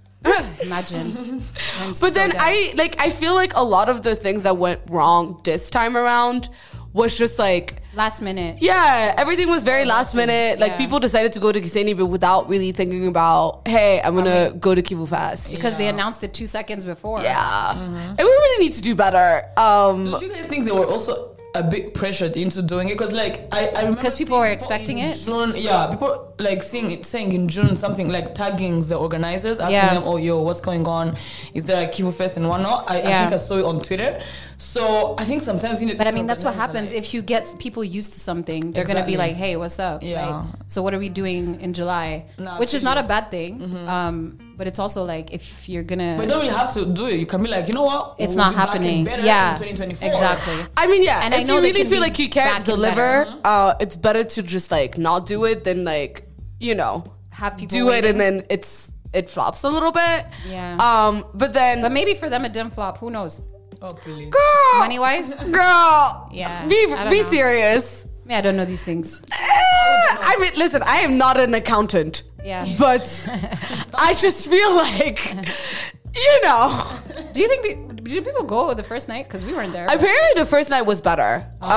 A: Imagine. I'm so
B: But then
A: down.
B: I like I feel like a lot of the things that went wrong this time around was just like
A: last minute.
B: yeah, everything was very last minute. Like
A: Yeah.
B: people decided to go to Kiseni but without really thinking about, hey, I'm gonna go to Kivu Fest.
A: because they announced it two seconds before.
B: Yeah. And we really need to do better. Um
C: Did you guys think they were also a bit pressured into doing it because like I, I remember
A: 'Cause people were
C: seeing
A: expecting
C: in
A: it?
C: June, yeah, people like seeing it saying in June something like tagging the organizers, asking
A: Yeah.
C: them, "Oh, yo, what's going on? Is there a Kivu Fest and whatnot?" I, I
A: Yeah.
C: think I saw it on Twitter. So I think sometimes you need
A: But I mean, that's what happens if you get people used to something. They're gonna
C: Exactly.
A: be like, "Hey, what's up?"
C: Yeah.
A: Like, so what are we doing in July?
C: No, I
A: Which is
C: feel
A: not a bad thing. Um, but it's also like if you're gonna,
C: Mm-hmm. But you don't really have to do it. You can be like, you know what?
A: it's
C: We'll
A: not
C: be back and
A: happening.
C: better
A: Yeah,
C: in 2024.
A: exactly.
B: I mean, yeah.
A: And I
B: if
A: know
B: you
A: they
B: really
A: can
B: feel
A: be
B: like you
A: back
B: can't
A: and
B: deliver,
A: better.
B: uh, it's better to just like not do it than like you know
A: Have people
B: do it
A: waiting.
B: and then it's it flops a little bit.
A: Yeah.
B: Um. But then,
A: But maybe for them, a dim flop. Who knows?
C: Oh, please.
B: girl,
A: Money wise,
B: girl,
A: Yeah,
B: Be
A: I don't
B: be
A: know.
B: serious.
A: yeah, I don't know these things.
B: Eh, I mean, listen. I am not an accountant.
A: Yeah.
B: But I just feel like, you know.
A: Do you think pe- did people go the first night? Because we weren't there.
B: Apparently, the first night was better.
A: Oh.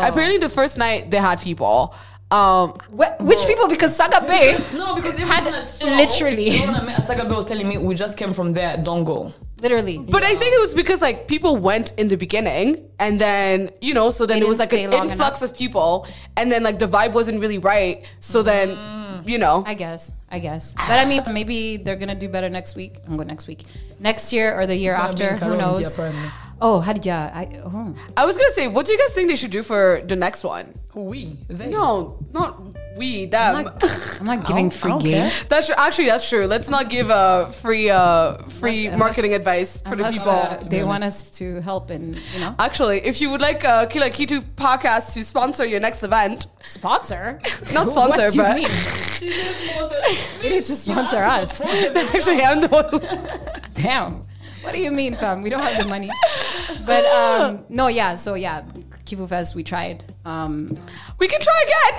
B: Um, apparently, the first night they had people. Um,
A: Wh- which people? Because Saga Bay.
C: No, because everyone "Oh,
A: Had-
C: I saw,
A: literally.
C: everyone I met at Saga Bay was telling me we just came from there. Don't go.
A: Literally.
B: But I think it was because like people went in the beginning and then, you know, so then
A: They
B: it was
A: didn't
B: like an
A: stay long
B: influx of people and then like the vibe wasn't really right. So then, you know,
A: Mm. I guess. I guess. But I mean, maybe they're gonna do better next week. I'm going next week, next year or the year
C: gonna be
A: after.
C: in
A: Who
C: Karongi,
A: knows?
C: apparently. Um,
A: Oh, Hadja. I. Oh.
B: I was going to say, what do you guys think they should do for the next one?
C: We? They?
B: No, not we,
A: I'm
B: them.
A: not, I'm not giving
C: don't- I
A: free
C: don't
A: game.
C: care.
B: That's true. Actually, that's true. Let's not give uh, free uh, free
A: Unless-
B: marketing advice for
A: Unless,
B: the people.
A: uh,
C: to be
A: they want us to help and you know
B: Actually, if you would like uh, Kila Kitu podcast to sponsor your next event,
A: sponsor.
B: Not
A: what
B: sponsor,
A: do you
B: but-
A: mean? They need to sponsor us.
B: actually, I'm the one. Who-
A: Damn. What do you mean, fam? We don't have the money. But um, no, yeah. So yeah, Kivu Fest. We tried. Um,
B: we can try again.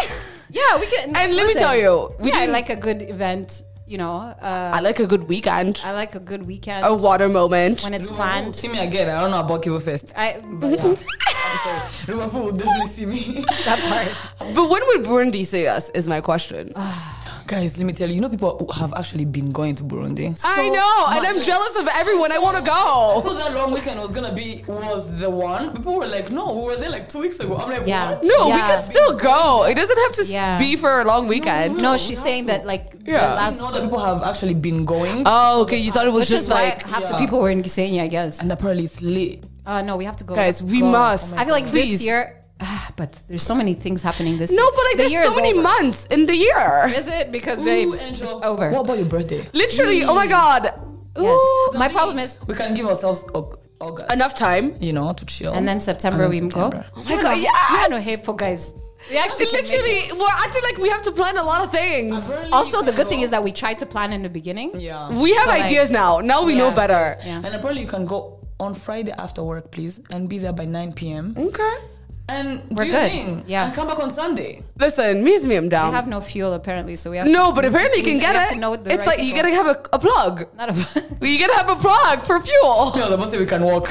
A: yeah, we can.
B: And let me tell you, we
A: yeah, I
B: didn't-
A: like a good event. You know, uh,
B: I like a good weekend,
A: I like a good weekend
B: a water moment.
A: uh, when it's
C: Rubafu will
A: planned.
C: See me again. I don't know about Kivu Fest.
A: I but yeah,
C: Rubafu will definitely see me.
A: that part.
B: But when would Burundi say us is my question.
A: Uh,
C: Guys, let me tell you, you know people who have actually been going to Burundi.
B: I
A: so
B: know, and
A: much.
B: I'm jealous of everyone. I want to go.
C: thought that long weekend was gonna be was the one. People were like, no, we were there like two weeks ago. I'm like,
A: Yeah.
C: what?
B: No, we
A: Yeah.
B: can still go. It doesn't have to s-
A: Yeah.
B: be for a long weekend.
A: No, she's saying that like
B: Yeah.
A: the
C: I
A: last, Ah.
C: didn't know that people have actually been going.
B: Oh, okay. You thought it was
A: which is
B: just like "Oh
A: why half
C: yeah.
A: the people were in Gisenya, I guess.
C: and apparently it's lit.
A: Uh, no, we have to go,
B: Guys,
A: We have
B: we
A: to go.
B: must. Oh my
A: I feel like
B: Please.
A: this year, ah, but there's so many things happening this year.
B: no, but like
A: The
B: there's
A: year
B: so
A: is
B: many
A: over.
B: months in the year.
A: Is it because babes?
C: Ooh,
A: it's
C: Angel.
A: over.
C: What about your birthday?
B: Literally. Oh my god.
A: Yes.
B: Ooh.
A: My problem is,
C: We can give ourselves au- August,
B: Enough time.
C: you know, to chill.
A: and then September
C: And
A: we
C: then September.
A: go. Oh
B: my God, yes!
A: We are no hateful guys. We actually can make it. Uh-huh.
B: Literally, we're acting like we have to plan a lot of things.
A: Also, the good thing is that we tried to plan in the beginning.
C: yeah.
B: We have
A: So, like-
B: ideas now. Now we know
A: Yeah.
B: better.
A: Yeah.
C: And apparently you can go on Friday after work, please, and be there by 9 p.m.
B: Okay.
C: And
A: We're
C: do
A: good.
C: your thing.
A: Yeah.
C: And come back on Sunday.
B: Listen, me is me. I'm
A: We
B: down.
A: have no fuel apparently, so we have
B: No, but apparently you can
A: You
B: get
A: have
B: it.
A: to know the
B: it's
A: right
B: like you
A: people.
B: gotta have a, a plug.
A: not a.
B: You gotta have a plug for fuel.
C: Yeah, the most we can walk.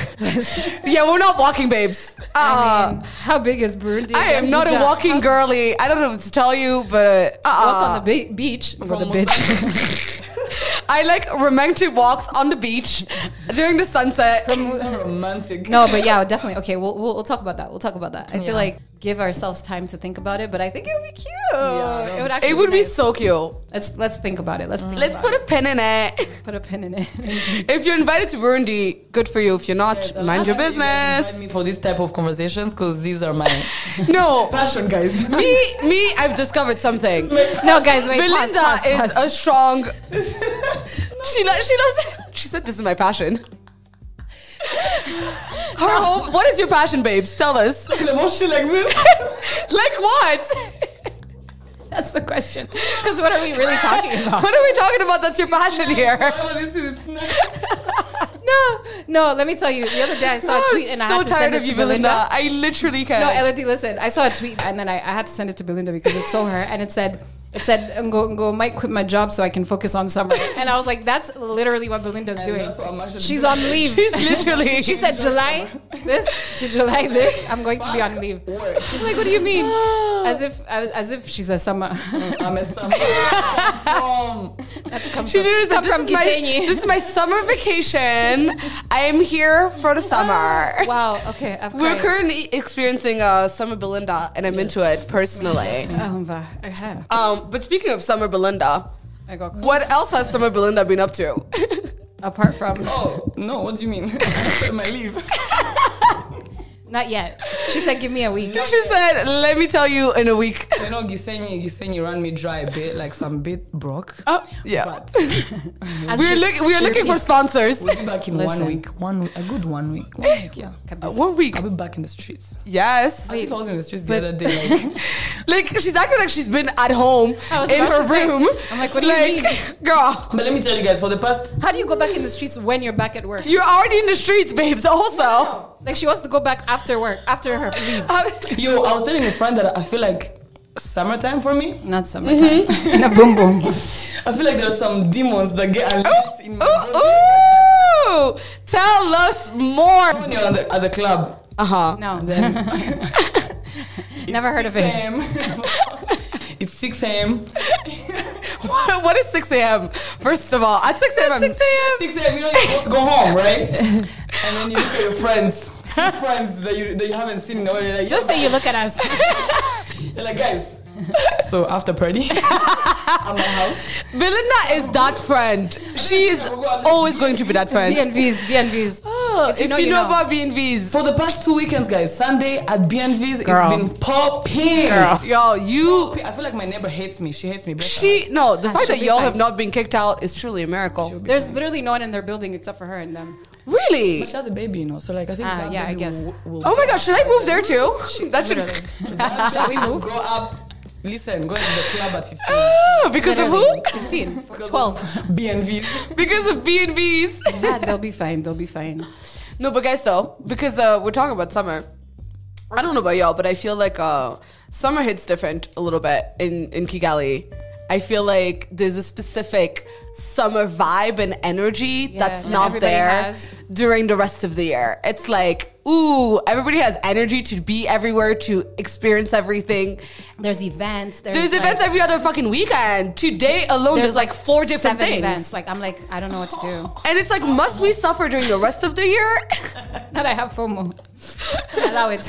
B: yeah, we're not walking, babes. Uh,
A: I
B: I,
A: mean, how big is Burundi?
B: am not a
A: Abuja?
B: walking
A: How-
B: girly. I don't know what to tell you, but uh,
A: Walk on the be- beach with a
C: From
A: bitch.
B: I like romantic walks on the beach during the sunset.
C: romantic.
A: No, but yeah, definitely. Okay, we'll, we'll, we'll talk about that. We'll talk about that. I
C: Yeah.
A: feel like give ourselves time to think about it, but I think it would be cute.
C: Yeah,
A: it would actually
B: It would be Mm.
A: nice. Mm,
B: so cute.
A: Let's let's think about it. Let's think
B: Let's
A: about
B: put a pin in it.
A: it. put a pin in it.
B: If you're invited to Burundi, good for you. If you're not, mind your
C: Happy you guys
B: business.
C: invite me for this type of conversations because these are my
B: No,
C: passion, guys.
B: me, me. I've discovered something.
A: no, guys, wait. pause,
B: Belinda
A: pause,
B: is
A: pause.
B: a strong. she lo- she loves. She said, "This is my passion." Her whole. What is your passion, babes? Tell us.
C: emotion like this.
B: like what?
A: That's the question. Because what are we really talking about?
B: What are we talking about? That's your passion here.
C: Whatever this is.
A: No, no. Let me tell you. The other day I saw a tweet and I
B: I'm
A: had
B: so
A: to
B: tired
A: send it
B: of
A: to
B: you,
A: Belinda.
B: Belinda. I literally can't.
A: No, LED, listen, I saw a tweet and then I, I had to send it to Belinda because it saw her and it said, it said, Ngo, Ngo might quit my job so I can focus on summer. And I was like, that's literally what Belinda's
C: And
A: doing.
C: that's what I'm actually
A: She's
C: doing.
A: on leave.
B: She's literally.
A: she said July this to July this, I'm going to be on leave.
C: Work.
A: I'm like, what do you mean? as if as, as if she's a summer.
C: I'm a summer. From.
A: come
B: She
A: from,
B: did
A: come from
B: this, is my,
A: Gisenyi.
B: this is my summer vacation. I am here for the summer.
A: Oh, Wow. Okay. I've
B: We're
A: cried.
B: currently experiencing uh, summer Belinda, and I'm into it personally.
A: Um, but I have.
B: Um, but speaking of summer Belinda,
A: I got caught.
B: what else has summer Belinda been up to?
A: apart from
C: Oh, no, what do you mean? My leave.
A: not yet. She said, "Give me a week."
B: she said, "Let me tell you in a week."
C: You know, Gisenyi, Gisenyi ran me dry a bit, like some bit broke.
B: Oh, yeah.
C: But
A: As
B: we're
A: she-
B: looking. We're
A: she
B: looking for
A: repeats,
B: sponsors.
C: we'll be back in
A: Listen.
C: one week. One week, a good one week. One week, yeah.
A: Kabisa.
B: Uh, one week.
C: I'll be back in the streets.
B: Yes.
A: Wait,
C: I was in the streets
A: but-
C: the other day. Like,
B: Like she's acting like she's been at home
A: I was
B: in
A: about
B: her
A: to say,
B: room.
A: I'm like, what do you
B: Like, girl,
C: but let me tell you guys, for the past
A: How do you go back in the streets when you're back at work?
B: you're already in the streets, babes. Also, Uh,
A: No. Like she wants to go back after work, after her leave.
C: yo, I was telling a friend that I feel like summertime for me.
A: Not summertime. In a boom boom.
C: I feel like there are some demons that get unleashed in my
B: ooh,
C: body.
B: ooh, tell us more.
C: When you're at the, at the club,
B: Uh huh.
A: No.
C: then
A: Never heard of
C: 6
A: it.
C: a.m. it's 6 a.m.
B: What, what is 6 a.m.? First of all, at 6 a.m. I'm-
A: 6 a.m.
C: 6 a.m. You know you want to go home, right? And then you look at your friends, your friends that you that you haven't seen in a while. You're like,
A: Just say you look at us.
C: you're like guys. So after party, at my house,
B: Belinda is that friend. She is always going to be that friend.
A: BNVs, BNVs.
B: Oh, if you know,
A: you know.
B: about BNVs,
C: for the past two weekends, guys, Sunday at BNV's,
A: Girl.
C: it's been popping.
B: y'all, you.
C: I feel like my neighbor hates me. She hates me. Better.
B: She no. The fact
A: she'll
B: that
A: be
B: y'all
A: fine.
B: have not been kicked out is truly a miracle.
A: There's literally no one in their building except for her and them.
B: Really?
C: But she has a baby, you know. So like, I think
A: Ah,
C: that
A: yeah, I
C: baby
A: guess.
C: Will, will
B: Oh my gosh, should I move there too? That should
A: Literally. Shall we move?
C: grow up. Listen, go to the club at 15.
B: Ah, because of who?
A: Literally. 15, 12.
C: BNV.
B: Because of BNBs.
A: That, they'll be fine. They'll be fine.
B: No, but guys, though, because uh, we're talking about summer. I don't know about y'all, but I feel like uh, summer hits different a little bit in in Kigali. I feel like there's a specific summer vibe and energy
A: Yeah,
B: that's
A: that
B: not
A: everybody
B: there
A: has.
B: during the rest of the year. It's like, ooh, everybody has energy to be everywhere, to experience everything.
A: There's events. There's,
B: There's
A: like-
B: events every other fucking weekend. Today alone, there's, like four different
A: seven
B: things.
A: Events. Like I'm like I don't know what to do.
B: And it's like, must we suffer during the rest of the year?
A: That I have FOMO. Allow it.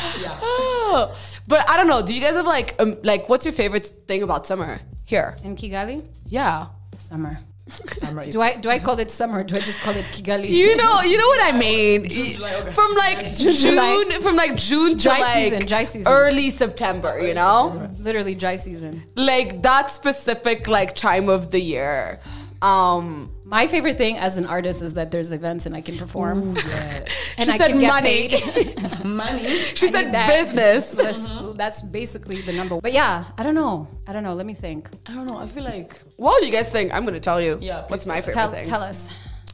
B: Oh, but I don't know. Do you guys have like um, like what's your favorite thing about summer here?
A: In Kigali,
B: Yeah.
A: summer.
C: Summer is
A: Do I do I call it summer? Do I just call it Kigali?
B: You know, you know what I mean.
C: July, August.
B: from like June,
A: June, July.
B: from like June to
A: Dry
B: like
A: season, dry season.
B: early September. You know,
A: literally dry season.
B: like that specific like time of the year. Um,
A: My favorite thing as an artist is that there's events and I can perform. And
B: She
A: I
B: said
A: can get
B: money.
A: paid.
C: money.
B: she
A: I
B: said
A: need that.
B: business.
A: That's, that's basically the number. But yeah, I don't know. I don't know. Let me think.
C: I don't know. I feel like
B: What do you guys think? I'm gonna tell you.
C: Yeah,
B: What's
C: please
B: my favorite
A: Tell
B: thing?
A: tell us.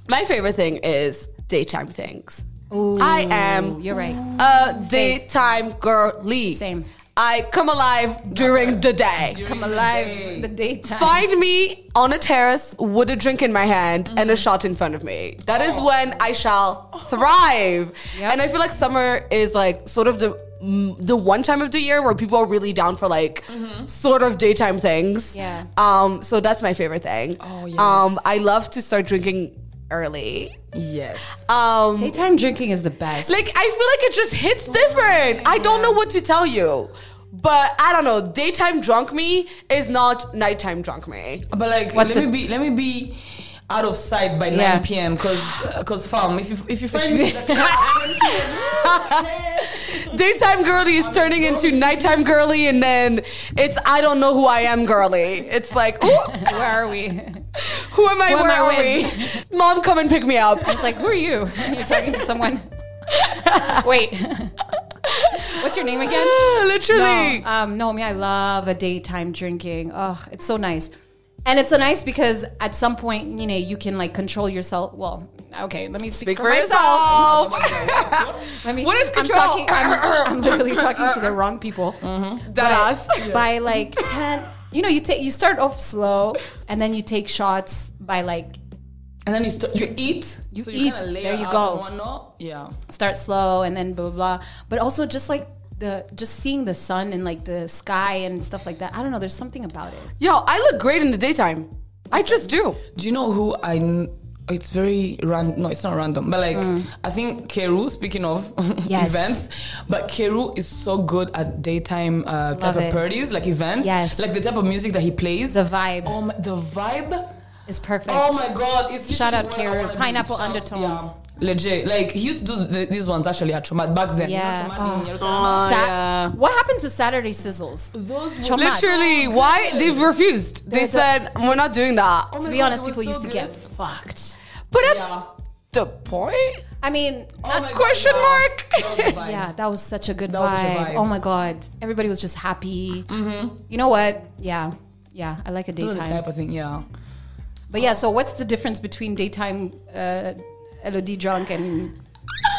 B: My favorite thing is daytime things. I am
A: You're right.
B: a daytime girly.
A: Same.
B: I come alive during the day.
A: Come alive in the daytime.
B: Find me on a terrace with a drink in my hand and
A: Mm-hmm.
B: a shot in front of me. That is when I shall thrive.
A: Oh. Yep.
B: And I feel like summer is like sort of the mm, the one time of the year where people are really down for like sort of daytime things.
A: Mm-hmm. Yeah.
B: Um. So that's my favorite thing.
C: Oh, yes.
B: Um. I love to start drinking early.
C: yes.
B: Um.
A: Daytime drinking is the best.
B: Like I feel like it just hits different. I don't know what to tell you. But I don't know, daytime drunk me is not nighttime drunk me.
C: But like,
A: What's
C: let
A: the-
C: me be. Let me be out of sight by
A: Yeah.
C: 9 p.m. Cause, uh, cause fam, if you if you find me,
B: Daytime girly is turning into nighttime girly and then it's I don't know who I am girly. It's like, ooh,
A: Where are we? It's
B: who am I,
A: Who am
B: where
A: I
B: are we? Mom, come and pick me up.
A: like, who are you? You're talking to someone. Wait. What's your name again?
B: Literally.
A: No, um, no, me, I love a daytime drinking. Oh, it's so nice. And it's so nice because at some point, you know, you can like control yourself. Well, okay, let me speak,
B: Speak
A: for,
B: for
A: myself.
B: yourself.
A: Let me,
B: What is control?
A: I'm, talking, I'm, I'm literally talking to the wrong people.
B: That us.
A: By like 10, you know, you take you start off slow and then you take shots by like
C: and then you st- you eat.
A: You
C: so
A: eat,
C: kinda
A: there you
C: out
A: go.
C: and whatnot. Yeah.
A: start slow and then blah blah blah. But also just like the just seeing the sun and like the sky and stuff like that. I don't know. There's something about it.
B: Yo, I look great in the daytime. I just do.
C: Do you know who I? Kn- it's very random. No, it's not random. But like, I think Keru. Speaking of
A: Mm. Yes.
C: events, but Keru is so good at daytime uh, type
A: Love
C: of
A: it.
C: parties, like events.
A: Yes.
C: Like the type of music that he plays.
A: The vibe.
C: Oh my, the vibe.
A: It's perfect.
C: Oh my god! It's
A: Shout out
C: literally
A: Keru,
C: where I wanna be.
A: Pineapple
C: Shout-
A: Undertones.
C: yeah. Legit, like he used to do th- these ones actually at Chomat back then. You know,
A: Yeah.
C: Chomat in Yerusalem.
A: Sa-
B: Oh, yeah.
A: What happened to Saturday sizzles?
C: Those were-
A: Chomat.
B: Literally, why they've refused? They
A: Oh, There's a-
B: said we're not doing that.
C: Oh
A: to
C: my
A: be
C: God,
A: honest,
C: it was
A: people
C: so
A: used to
C: good.
A: get fucked.
B: But that's
C: Yeah.
B: the point.
A: I mean,
C: Oh
A: not
C: my God,
B: question
C: yeah.
B: mark.
C: That was the vibe.
A: Yeah, that was such a good
C: That
A: vibe.
C: was such a vibe.
A: Oh my god, everybody was just happy. You know what? Yeah, yeah, I like a
C: Those are the
A: daytime.
C: type of thing. Yeah.
A: But yeah, so what's the difference between daytime uh, LOD drunk and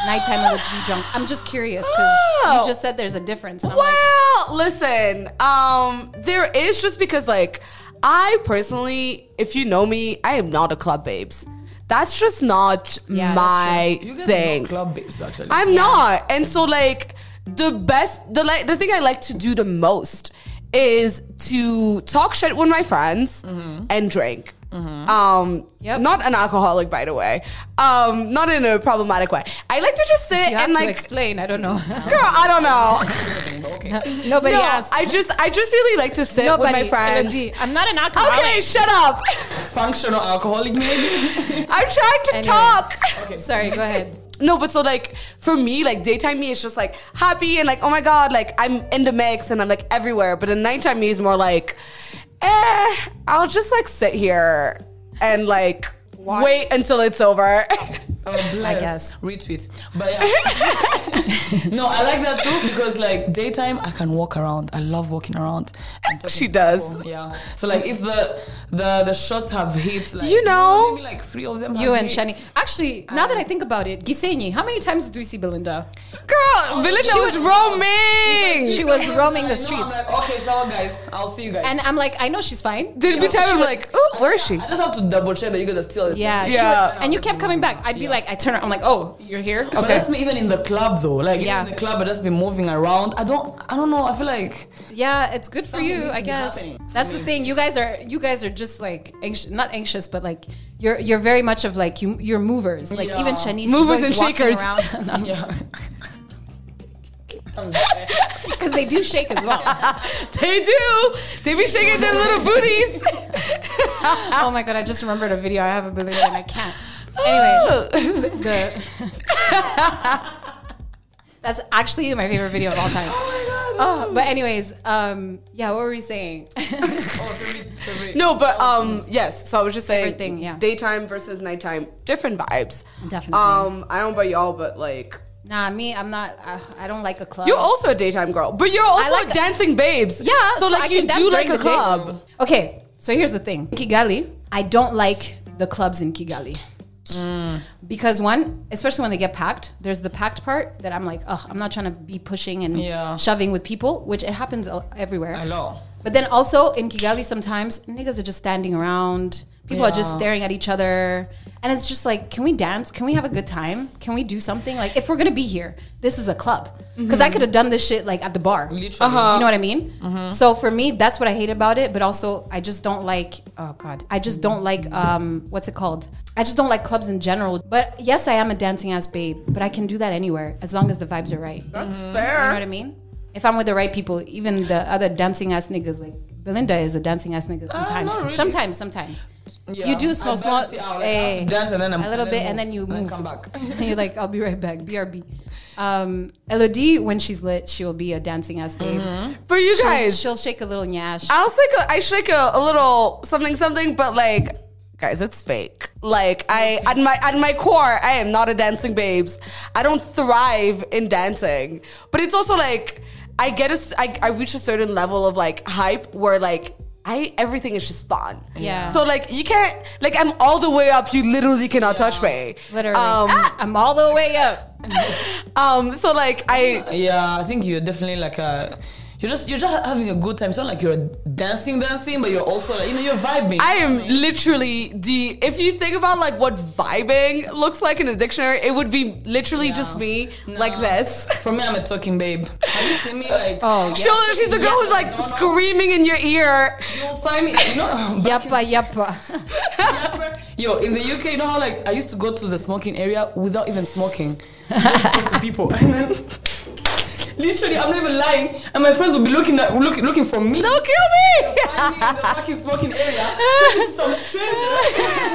A: nighttime LOD drunk? I'm just curious because
B: Oh.
A: you just said there's a difference. And I'm like,
B: Well, listen, um, there is just because like I personally, if you know me, I am not a club babes. That's just not
A: Yeah, that's
B: my
C: You guys are
B: thing.
C: not club babes actually.
B: I'm not. And so like the best the like the thing I like to do the most is to talk shit with my friends and drink. Um
A: Mm-hmm. Yep.
B: not an alcoholic by the way. Um not in a problematic way. I like to just sit
A: you have
B: and
A: to
B: like
A: explain. I don't know.
B: girl, I don't know.
C: okay.
A: Nobody
B: no,
A: asked.
B: I just I just really like to sit
A: Nobody.
B: with my friends.
A: LOD. I'm not an alcoholic.
B: Okay, shut up.
C: Functional alcoholic maybe.
B: I'm trying to
A: Anyway.
B: talk.
A: Sorry. Go ahead.
B: No, but so like for me, like daytime me is just like happy and like oh my god, like I'm in the mix and I'm like everywhere. But the nighttime me is more like, eh, I'll just like sit here and like
A: Watch.
B: wait until it's over.
C: I
A: guess.
C: Oh, retweet. But yeah. no, I like that too because like daytime I can walk around. I love walking around. and talking
B: She
C: to
B: does.
C: people. Yeah. So like if the the the shots have hit, like
B: You know.
C: maybe like three of them.
A: You
C: have
A: and
C: hit.
A: Shani. Actually, now
C: Um,
A: that I think about it, Gisenyi, how many times did we see Belinda?
B: Girl, Belinda
A: She
B: was
A: was-
B: roaming.
A: She was roaming
C: I
A: the
C: know,
A: streets.
C: I'm like, okay, so guys, I'll see you guys.
A: And I'm like, I know she's fine.
B: Did we tell him like, oh, where is she?
C: I just have to double check that you guys are still. at the
A: Yeah.
C: same-
A: she
B: Yeah.
A: was- and you kept coming back. I'd be like, I turn around. I'm like, oh, you're here?
C: But that's me even in the club though. Like even
A: Yeah.
C: in the club, I just be moving around. I don't. I don't know. I feel like.
A: Yeah, it's good for
C: Something
A: you,
C: needs to
A: I
C: be
A: guess.
C: happening for
A: That's the thing. You guys are you guys are just like anxious, not anxious, but like you're you're very much of like you you're movers. Like
C: Yeah.
A: even Shanice, she's
B: Movers
A: always
B: and
A: walking
B: shakers.
A: around.
C: Yeah.
A: because they do shake as well.
B: They do. They be shaking their little booties.
A: oh my god, I just remembered a video. I have a Belinda and I can't. Anyway, the that's actually my favorite video of all time.
C: Oh my god.
A: Oh, but anyways, um, yeah, what were we saying?
C: Oh, sorry, sorry.
B: No, but um, yes. So I was just saying,
A: Favorite thing, yeah.
B: daytime versus nighttime, different vibes.
A: Definitely.
B: Um, I don't know about y'all, but like,
A: nah, me, I'm not. I, I don't like a club.
B: you're also a daytime girl, but you're also
A: Um, like-
B: dancing babes.
A: yeah,
B: So, like,
A: I
B: you
A: can dance
B: do like a
A: during the day.
B: club.
A: Okay, so here's the thing, Kigali. I don't like the clubs in Kigali.
B: Hmm.
A: Because one, especially when they get packed, there's the packed part that I'm like, oh, I'm not trying to be pushing and
C: Yeah.
A: shoving with people, which it happens el- everywhere.
C: I know.
A: But then also in Kigali, sometimes niggas are just standing around. People are just
C: Yeah.
A: staring at each other. And it's just like, can we dance? Can we have a good time? Can we do something? Like, if we're gonna be here, this is a club. Because I could have done this shit like at the bar.
C: Literally.
A: You know what I mean? So for me, that's what I hate about it. But also, I just don't like. Oh God, I just don't like. Um, what's it called? I just don't like clubs in general. But yes, I am a dancing ass babe. But I can do that anywhere as long as the vibes are right.
B: That's
A: You know
B: fair.
A: what I mean? If I'm with the right people, even the other dancing ass niggas, like Belinda is a dancing ass nigga sometimes.
C: Ah, not really.
A: Sometimes, sometimes.
C: Yeah.
A: You do
C: I
A: small,
C: balance
A: small.
C: it out, like, I have
A: eh,
C: to dance and then I'm,
A: a little bit, and then you
C: move,
A: move.
C: I come back.
A: and you're like, I'll be right back, BRB. Um, Elodie, when she's lit, she will be a dancing ass babe.
C: Mm-hmm.
B: For you
A: She'll,
B: guys,
A: she'll shake a little nyash.
C: Ah,
B: I'll shake a, I shake a, a little something, something, but like, guys, it's fake. Like, I at my at my core, I am not a dancing babes. I don't thrive in dancing, but it's also like I get a s I I reach a certain level of like hype where like. I everything is just fun.
A: Yeah.
B: So like you can't like I'm all the way up. You literally cannot touch me.
A: Literally,
B: Um.
A: Ah, I'm all the way up.
B: Um. So like I
C: yeah, I think you're definitely like a. You're just you're just having a good time. It's not like you're dancing, dancing, but you're also like you know you're vibing.
B: I am literally the. If you think about like what vibing looks like in a dictionary, it would be literally just me like this.
C: For me, I'm a talking babe. Have you seen me like?
A: Oh, yeah.
B: She'll, she's the girl who's like
C: No, no.
B: screaming in your ear.
C: You'll find me. You know,
A: Yappa, yappa.
C: Yapper. Yo, in the UK, you know how like I used to go to the smoking area without even smoking. Just talk to people, and then literally, I'm not even lying. And my friends would be looking at looking looking for me.
B: Don't kill me.
C: Find me in the fucking smoking area. talking to some stranger.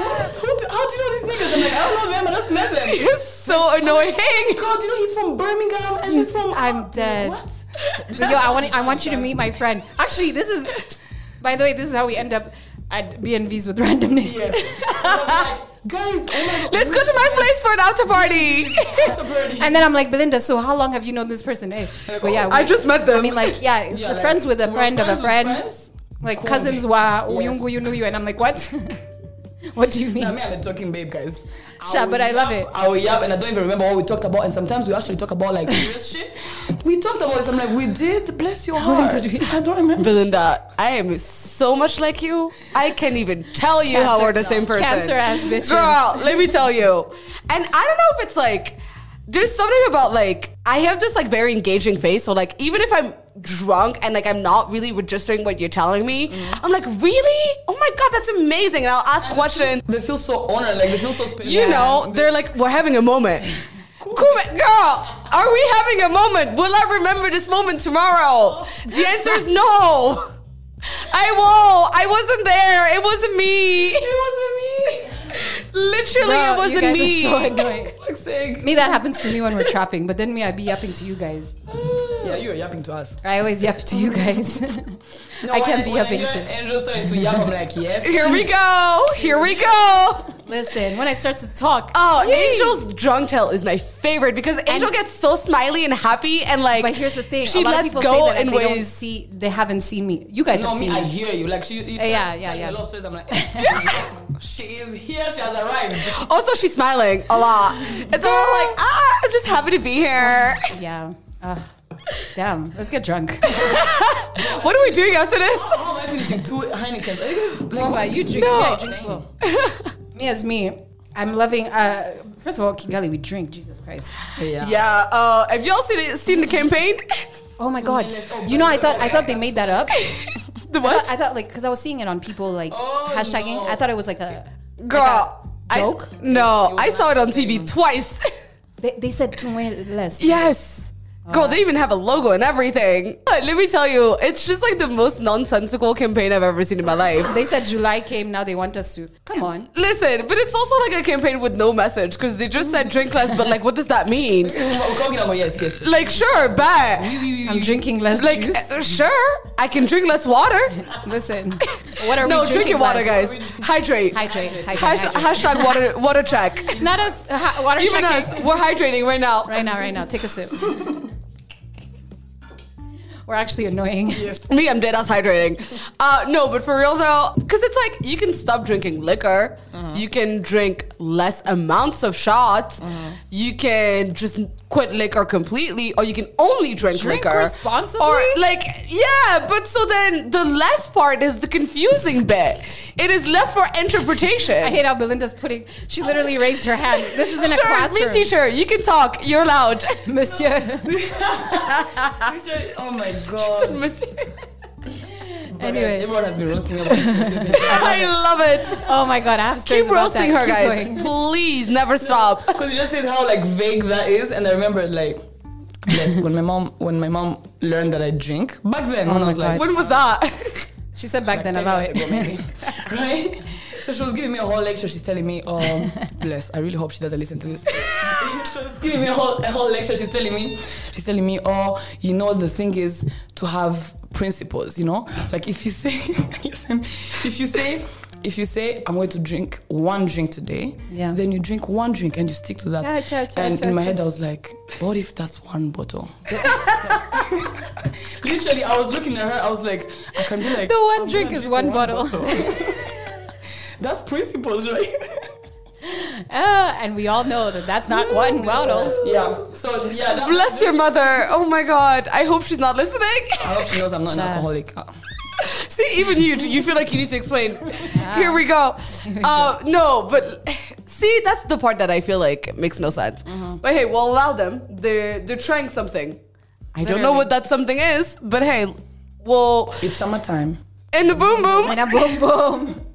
C: What? Who do- how do you know these niggas? I'm like, I don't know them. I just met them.
B: You're so annoying.
C: God, you know he's from Birmingham and she's from.
A: I'm dead.
C: What?
A: But yo, I want I want you to meet my friend. Actually, this is by the way, this is how we end up at BNVs with random names.
C: Yes. And I'm like, Guys, oh my God.
B: Let's go to my place for an after party.
C: After Birdie.
A: And then I'm like, Belinda, so how long have you known this person? Hey. But yeah,
B: I
A: we-
B: just met them.
A: I mean like yeah,
C: Yeah,
A: we're
C: like,
A: friends with a
C: we're
A: friend of a
C: friends with
A: friend.
C: friends?
A: Like
C: Call
A: cousins
C: me.
A: wa
C: Yes.
A: uyungu you knew you and I'm like, What? what do you mean?
C: I mean, I'm a talking babe, guys.
A: Sha, but I love
C: yap,
A: it.
C: I will yap, and I don't even remember what we talked about. And sometimes we actually talk about like serious shit. We talked about this. I'm like, we did. Bless your heart. I don't remember.
B: Belinda, I am so much like you. I can't even tell you how
A: Cancer-
B: we're the same person.
A: cancer ass bitches.
B: Girl, let me tell you. And I don't know if it's like, there's something about like, I have this like very engaging face. So like, even if I'm drunk and like I'm not really registering what you're telling me,
A: Mm.
B: I'm like, really? Oh my God, that's amazing. And I'll ask questions.
C: They feel so honored. Like they feel so special.
B: You know, they're like, we're having a moment. Cool. Girl, are we having a moment? Will I remember this moment tomorrow? The answer is no. I won't. I wasn't there. It wasn't me. It wasn't me. Literally,
A: Bro,
B: it
A: you
B: wasn't
A: guys
B: me.
A: Are so annoying.
C: Fuck's sake.
A: me that happens to me when we're trapping, but then me I be yapping to you guys.
C: Yeah, you are yapping to us.
A: I always yap to you guys. I can't be yapping
C: to.
A: to
C: Angel starting to yap. I'm like, yes.
B: Here we go. Here we go.
A: Listen, when I start to talk,
B: Oh,
A: yay.
B: Angel's drunk tail is my favorite because Angel gets so smiley and happy and like.
A: But here's the thing:
B: she
A: a lot of
B: lets
A: people
B: go
A: say that
B: in
A: they don't
B: ways.
A: see, they haven't seen me. You guys
C: No,
A: have
C: me,
A: seen
C: I
A: me.
C: hear you. Like she, you
A: Uh, yeah, yeah,
C: telling me
A: yeah.
C: A lot of stories. I'm like, she is here. She has arrived.
B: Also, she's smiling a lot. It's all like, ah, I'm just happy to be here.
A: Yeah. Ugh. damn. Let's get drunk.
B: What are we doing after this?
C: How am I finishing two Heinekens? Are you guys-
A: Nova, you drink.
B: No.
A: Yeah, drink slow. me as me. I'm loving. Uh, first of all, Kigali, we drink. Jesus Christ.
B: Yeah. Uh, have y'all seen it, seen the campaign?
A: Oh my God. You know, I thought I thought they made that up.
B: the
A: I
B: what?
A: thought, I thought like because I was seeing it on people like
C: Oh,
A: hashtagging.
C: no.
A: I thought it was like a
B: Girl.
A: like a
B: I-
A: joke?
B: no, I saw it on TV twice.
A: They, they said two way less.
B: yes. Girl, they even have a logo and everything. But let me tell you, it's just like the most nonsensical campaign I've ever seen in my life.
A: They said July came. Now they want us to. Come on.
B: Listen, but it's also like a campaign with no message because they just said drink less, but like, what does that mean?
C: We're talking about yes, yes.
B: Like, sure, bet.
A: I'm drinking less
B: Like,
A: juice.
B: uh, sure, I can drink less water.
A: Listen, what are
B: No,
A: we
B: drinking
A: drinking?
B: water,
A: less?
B: guys. Hydrate.
A: Hydrate, hydrate,
B: Hash-
A: hydrate.
B: Hashtag water, water check.
A: Not us. uh, hi- water
B: Even
A: checking.
B: us, we're hydrating right now.
A: Right now, right now. Take a sip. We're actually annoying.
B: Me, I'm dead ass hydrating. Uh, no, but for real though, because it's like you can stop drinking liquor,
A: Mm-hmm.
B: you can drink less amounts of shots,
A: Mm-hmm.
B: you can just quit liquor completely, or you can only drink,
A: Drink
B: liquor
A: responsibly?
B: Or like, yeah, but so then the last part is the confusing bit. It is left for interpretation.
A: I hate how Belinda's putting. She literally raised her hand. This is in a
B: sure,
A: classroom.
B: me teacher, you can talk. You're allowed.
A: Monsieur.
C: Oh my
B: Said
C: god.
B: Monsieur.
A: Anyway.
C: Everyone has been roasting about this.
B: I love it.
A: Oh my god, I have stories
B: Keep
A: about
B: roasting
A: that.
B: her,
A: Keep
B: guys.
A: going.
B: Please never stop.
C: Because you just said how like vague that is, and I remember like yes, when my mom when my mom learned that I drink back then when I
A: Oh
C: was
A: my
C: like,
A: God.
B: When was that?
A: She said back then
C: 10
A: allow
C: years ago, maybe.
A: it.
C: right? So she was giving me a whole lecture. She's telling me, oh, bless. I really hope she doesn't listen to this. she was giving me a whole, a whole lecture. She's telling me, she's telling me, oh, you know, the thing is to have principles. You know, like if you say, listen, if you say. If you say I'm going to drink one drink today,
A: Yeah.
C: then you drink one drink and you stick to that.
A: Yeah, yeah, yeah,
C: and
A: yeah,
C: in my
A: yeah.
C: head, I was like, what if that's one bottle? Literally, I was looking at her. I was like, I can be like, "Oh,
A: The one
C: I'm
A: drink
C: gonna
A: is
C: drink
A: one bottle.
C: That's principles, right?
A: Uh, and we all know that that's not one bottle.
C: Yeah. So yeah. That,
B: Bless your mother. Oh my god. I hope she's not listening.
A: Oh.
C: I hope she knows I'm not an
A: Sure.
C: alcoholic. Uh,
B: See, even you, you feel like you need to explain. Here we go. Uh, no, but see, that's the part that I feel like makes no sense.
A: Uh-huh.
B: But hey, we'll allow them. They're they're trying something. I don't know
A: Literally.
B: what that something is, but hey, well,
C: It's summertime.
B: in the boom boom.
A: And a boom boom.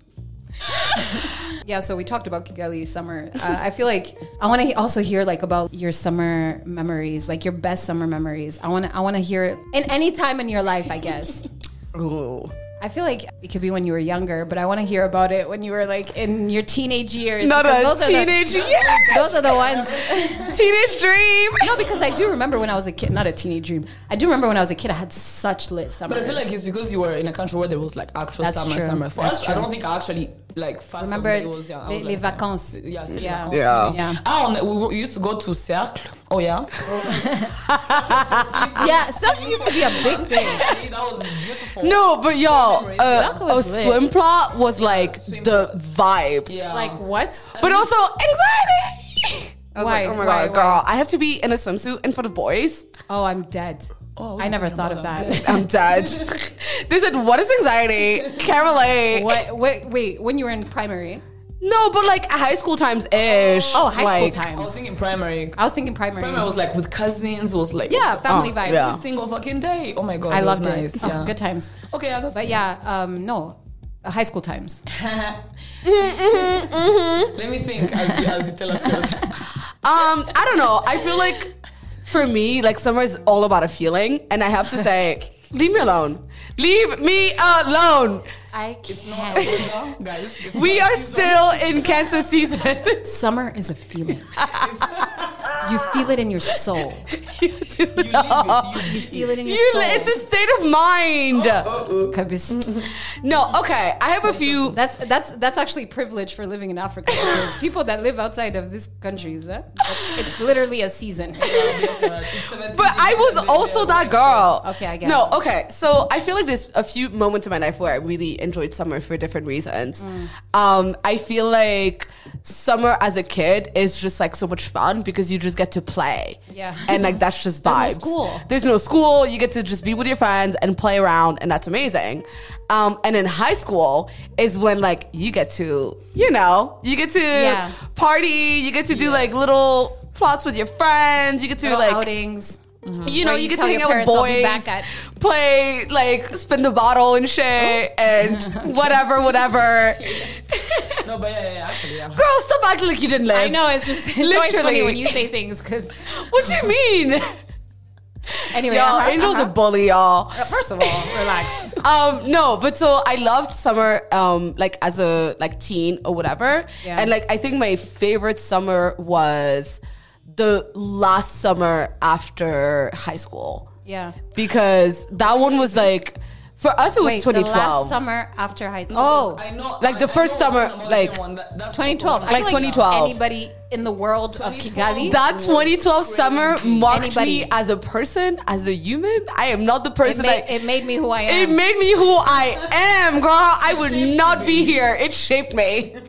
A: yeah, so we talked about Kigali summer. Uh, I feel like I want to also hear like about your summer memories, like your best summer memories. I want to I want to hear it in any time in your life, I guess.
B: Ooh.
A: I feel like it could be when you were younger, but I want to hear about it when you were like in your teenage years.
B: Not
A: because
B: a
A: are
B: teenage,
A: the,
B: yes!
A: Those are the ones.
B: teenage dream.
A: No, because I do remember when I was a kid, not a teenage dream. I do remember when I was a kid, I had such lit summers.
C: But I feel like it's because you were in a country where there was like actual
A: That's
C: summer,
A: true.
C: summer. For
A: That's
C: us, I don't think I actually like fathomed
A: remember
C: it was, yeah, I
A: les,
C: was
A: les
C: like, yeah.
A: vacances.
C: Yeah, still
A: Yeah.
C: vacances.
B: Yeah.
A: Yeah.
C: I don't, we, were- we used to go to Cercle. Oh yeah.
A: yeah, summer used to be a big thing.
C: that was beautiful.
B: No, but y'all,
A: That
B: uh, a
A: was lit.
B: swim plot was like
C: swim
B: the vibe.
C: Yeah.
A: Like what?
B: But also anxiety. I
A: Um,
B: was
A: Why?
B: like, oh
A: Why?
B: my god,
A: Why?
B: girl, I have to be in a swimsuit in front of boys.
A: Oh, I'm dead.
C: Oh,
A: I never thought of
C: about
A: that.
B: I'm dead. they said, "What is anxiety?" Can't relate.
A: what? Wait, wait. When you were in primary?
B: No, but like high school times ish.
A: Oh, high
B: like,
A: school
C: I
A: times.
C: was thinking primary.
A: I was thinking primary.
C: Primary was like with cousins. Was like
A: yeah, family
B: Oh,
A: vibes.
B: yeah.
C: single fucking day. Oh my god,
A: I
C: it was
A: loved it.
C: nice.
A: Oh,
C: Yeah.
A: good times.
C: Okay, yeah, that's
A: But yeah, um, no, Uh, high school times.
C: Let me think as you, as you tell us yours.
B: Um, I don't know. I feel like for me, like summer is all about a feeling, and I have to say, leave me alone. Leave me alone.
A: I
C: not
A: can't.
C: guys. It's
B: We
C: not
B: are
C: season.
B: still in cancer season.
A: Summer is a feeling. you feel it in your soul.
B: you do
C: You
B: know.
C: live it.
A: You feel it in your
B: You-
A: soul. Oh,
B: it's a state of mind.
A: Kabis.
B: No, okay. I have a few
A: That's that's that's actually privilege for living in Africa. It's people that live outside of these countries, huh? It's- it's literally a season.
B: But I was also that girl.
A: Okay, I guess.
B: No, okay. So I feel like there's a few moments in my life where I really enjoyed summer for different reasons.
A: Mm.
B: Um, I feel like summer as a kid is just like so much fun because you just get to play.
A: Yeah.
B: And like that's just
A: There's no
B: vibes.
A: school.
B: There's no school. You get to just be with your friends and play around, and that's amazing. Um, and in high school is when like you get to, you know, you get to
A: Yeah.
B: party. You get to do like little plots with your friends. You get to
A: Little
B: like
A: outings.
B: you know,
A: Mm-hmm. Where
B: you,
A: you
B: get to
A: tell
B: hang
A: your
B: out with
A: parents, "I'll be
B: boys,
A: back at-"
B: play, like, spin the bottle and shit, and whatever, whatever.
C: No, but yeah, yeah, yeah, actually, yeah.
B: Girl, stop acting like you didn't live.
A: I know it's just it's always
B: Literally.
A: funny when you say things because
B: What do you mean?
A: anyway,
B: y'all,
A: uh-huh,
B: Angel's
A: uh-huh.
B: a bully, y'all.
A: First of all, relax.
B: um no but so i loved summer um like as a like teen or whatever
A: Yeah.
B: and like i think my favorite summer was the last summer after high school
A: Yeah.
B: because that one was like for us it was
A: Wait, the
B: 2012
A: last summer after high school. Oh,
C: I know.
B: Like the
C: I- I
B: first
C: know
B: summer,
C: about that
B: like-
C: one, that- that's also
A: 2012. I
B: Like
A: feel
B: 2012.
A: Anybody in the world of
C: 2012.
A: Kigali?
B: that 2012 summer marked me
A: Anybody.
B: as a person, as a human. I am not the
A: it,
B: person
A: made,
B: that
A: it made me who I
B: It
A: am.
B: made me who I am, girl. I would
C: shaped
B: not
C: you,
B: be here. It shaped me.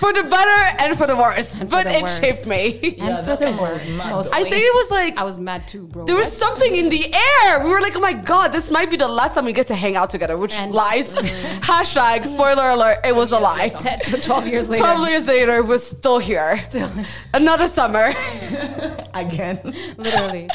B: For the better and for the worse. but
A: the
B: it
A: worse.
B: shaped me.
A: and
C: Yeah,
A: for
C: that
A: the
C: summer was
A: worst,
C: mad,
A: mostly.
B: I think it was like
A: I was mad too, bro.
B: there was something in the air. We were like, oh my god, this might be the last time we get to hang out together, which
A: And- Mm.
B: lies. Hashtag spoiler alert, it was a lie.
A: Ten to 12 years later.
B: Twelve years later, we're still here. Another summer.
C: again.
A: Literally.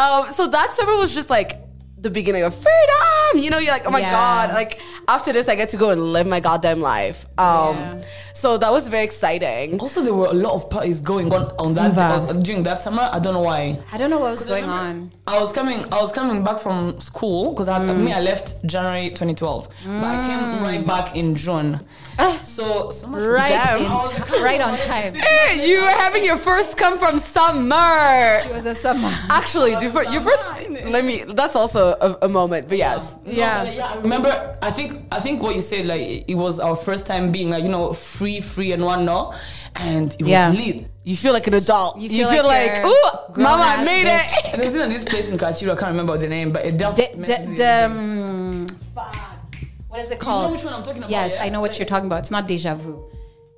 B: Um, so that summer was just like the beginning of freedom. You know, you're like, oh my
A: Yeah.
B: god, like after this, I get to go and live my goddamn life. Um,
A: Yeah.
B: so that was very exciting.
C: Also, there were a lot of parties going on on that
A: Vibe.
C: on- during that summer. I don't know why.
A: I don't know what was going
C: remember-
A: on.
C: I was coming. I was coming back from school because I,
A: Mm.
C: me I left January 2012, but I came right back in June.
A: Ah.
C: so, so much
A: Right,
B: Damn.
A: in ti- right on time.
B: Eh, you were having your first come from summer.
A: It was a summer.
B: Actually, the fir- your first. Let me. That's also a, a moment, but yes.
C: No,
A: Yeah.
C: but, yeah. I remember. I think. I think what you said. Like it was our first time being like you know free, free and one no, and it
A: Yeah.
C: was lit.
B: You feel like an adult. You
A: You
B: feel,
A: feel like
B: like,
A: you're
B: ooh,
A: grown
B: mama, I
A: ass
B: made
A: bitch."
B: it.
C: There was even this place in Kachiro. I can't remember the name, but it
A: D-
C: definitely.
A: d- d- um, fuck. what is it called?
C: which one I'm talking about,
A: Yes,
C: yeah.
A: I know what you're talking about. It's not deja vu.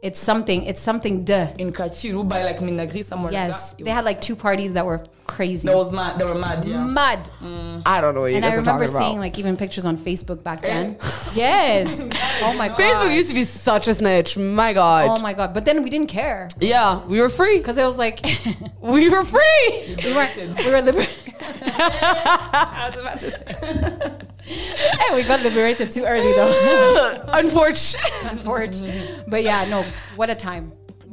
A: It's something. It's something. Duh.
C: in Kachiru by like Minagri somewhere.
A: Yes,
C: like that.
A: they had Mm. like two parties that were crazy,
C: that was mad. They were mad. Yeah.
A: mud.
B: Mm.
D: I don't know what you
A: Mm-hmm. And I
D: guys are
A: remember
D: talking about.
A: seeing like even pictures on Facebook back then. yes. Oh my god.
B: Facebook used to be such a snitch. My God.
A: Oh my god. But then we didn't care
B: yeah, we were free.
A: because it was like
B: We were free.
A: we were we were liberated. I was about to say. and we got liberated too early though,
B: Unfortunately.
A: unfortunately. But yeah, no. What a time.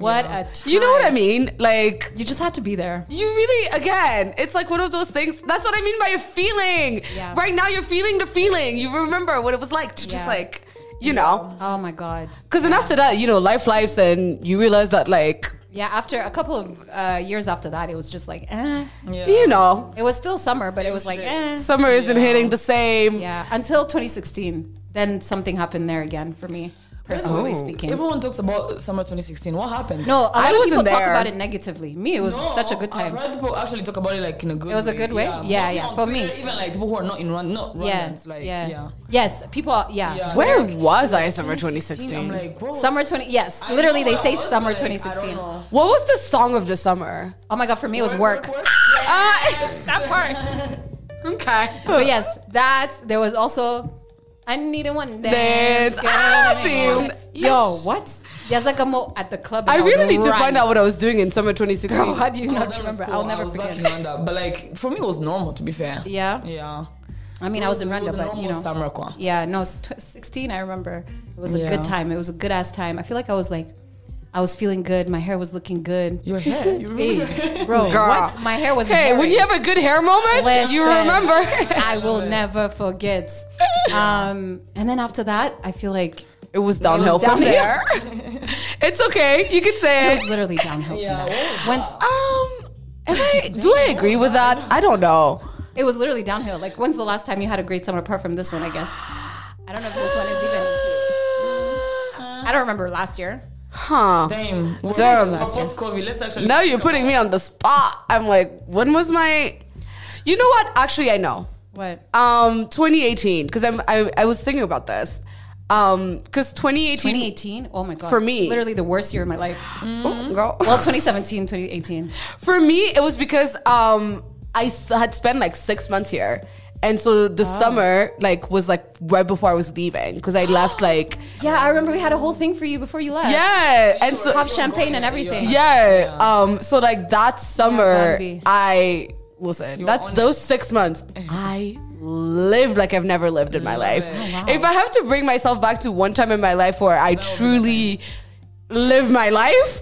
A: What a time.
B: You know what I mean? Like,
A: You just had to be there.
B: you really, again, it's like one of those things. That's what I mean by a feeling.
A: Yeah.
B: Right now, you're feeling the feeling. You remember what it was like to
A: Yeah.
B: just like, you know.
A: Oh my god.
B: Because then after that, you know, life lives and you realize that, like,
A: Yeah. After a couple of uh, years after that, it was just like, eh.
C: Yeah.
B: you know,
A: It was still summer, but it was like,
C: shit.
A: eh.
B: summer isn't hitting the same.
A: Yeah, until 2016. Then something happened there again for me,
B: Oh.
A: personally speaking.
C: Everyone talks about summer 2016. What happened?
A: no, a
B: I
A: lot of
B: wasn't
A: people talk
B: there.
A: about it negatively. Me, it was
C: No,
A: such a good time.
C: I've heard people actually talk about it like in a good.
A: It was a good way? Yeah,
C: mostly
A: yeah,
C: on
A: for
C: Twitter,
A: me.
C: even like people who are not in run, not
A: yeah,
C: Rwandans, like
A: yeah.
C: yeah.
A: Yes, people. Are, yeah.
C: Yeah.
B: Where was I in summer
C: 2016,
B: 2016?
C: I'm like, whoa.
A: Summer 20. Yes,
C: I
A: literally,
C: don't
A: they
C: know,
A: say
C: I was
A: summer
C: like, I don't
A: 2016.
C: know.
B: What was the song of the summer?
A: Oh my god, for me it was work. Ah!
B: that part. Okay.
A: But yes, that there was also. I need a one dance.
B: Dance.
A: girl,
B: Ah,
A: I need one
B: see.
A: dance. Yo, what? There's like a mo at the club.
B: I
A: and
B: really
A: would
B: need to
A: run.
B: find out what I was doing in summer 2016.
A: Girl, how do you
C: Oh, that
A: not
C: was
A: remember?
C: cool.
A: I'll never
C: I was Back in
A: forget.
C: Rwanda, but like for me, it was normal to be fair.
A: Yeah.
C: Yeah.
A: I mean, I was in
C: It
A: Rwanda,
C: a
A: but you
C: normal
A: know.
C: summer kwa.
A: Yeah, no, s- tw- 16, I remember. It was a
C: Yeah.
A: good time. It was a good ass time. I feel like I was like, I was feeling good. My hair was looking good.
C: Your hair. You remember
A: Hey,
C: your hair?
A: bro,
B: Girl.
A: what? My hair was
B: Hey, when
A: hairy.
B: you have a good hair moment, you
A: Listen,
B: remember.
A: I will never forget. Um, and then after that, I feel like
B: It was downhill from
A: downhill.
B: there. it's okay. You can
A: it
B: say it.
A: was literally downhill. from
C: Yeah,
A: there.
C: what was
A: Once
B: Um, am I, do I agree with that? I don't know.
A: it was literally downhill. Like, when's the last time you had a great summer apart from this one? I guess. I don't know if this one is even. I don't remember last year.
B: Huh.
C: Damn. We're
B: Damn.
C: talking about Post-COVID, let's actually.
B: Now you're putting me on the spot. I'm like, when was my. You know what? Actually, I know.
A: What?
B: Um, 2018, because I'm I, I was thinking about this. Um, because 2018
A: 2018? Oh my god.
B: For me.
A: literally the worst year of my life.
B: Oh, girl.
A: Well, 2017, 2018.
B: For me, it was because um, I s- had spent like six months here, and so the summer like was like right before I was leaving because I left like
A: Yeah, I remember we had a whole thing for you before you left.
B: yeah, and so
A: Pop champagne and everything.
B: yeah, um, so like that summer
A: Bambi.
B: I listen
C: You were
B: that
C: on
B: those six months I lived like I've never lived in my life.
C: it. Oh,
A: wow.
B: If I have to bring myself back to one time in my life where I truly lived my life,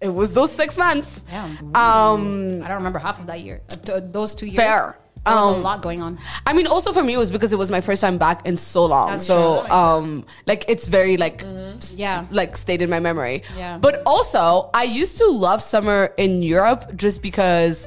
B: it was those six months.
A: Damn.
B: Um.
A: I don't remember half of that year. Uh, t- those two years.
B: Fair.
A: There was a
B: Um,
A: lot going on.
B: I mean, also for me, it was because it was my first time back in so long.
A: That's true. That
B: so,
A: makes
B: um, like it's very like, s-
A: Yeah.
B: like stayed in my memory.
A: Yeah.
B: But also, I used to love summer in Europe just because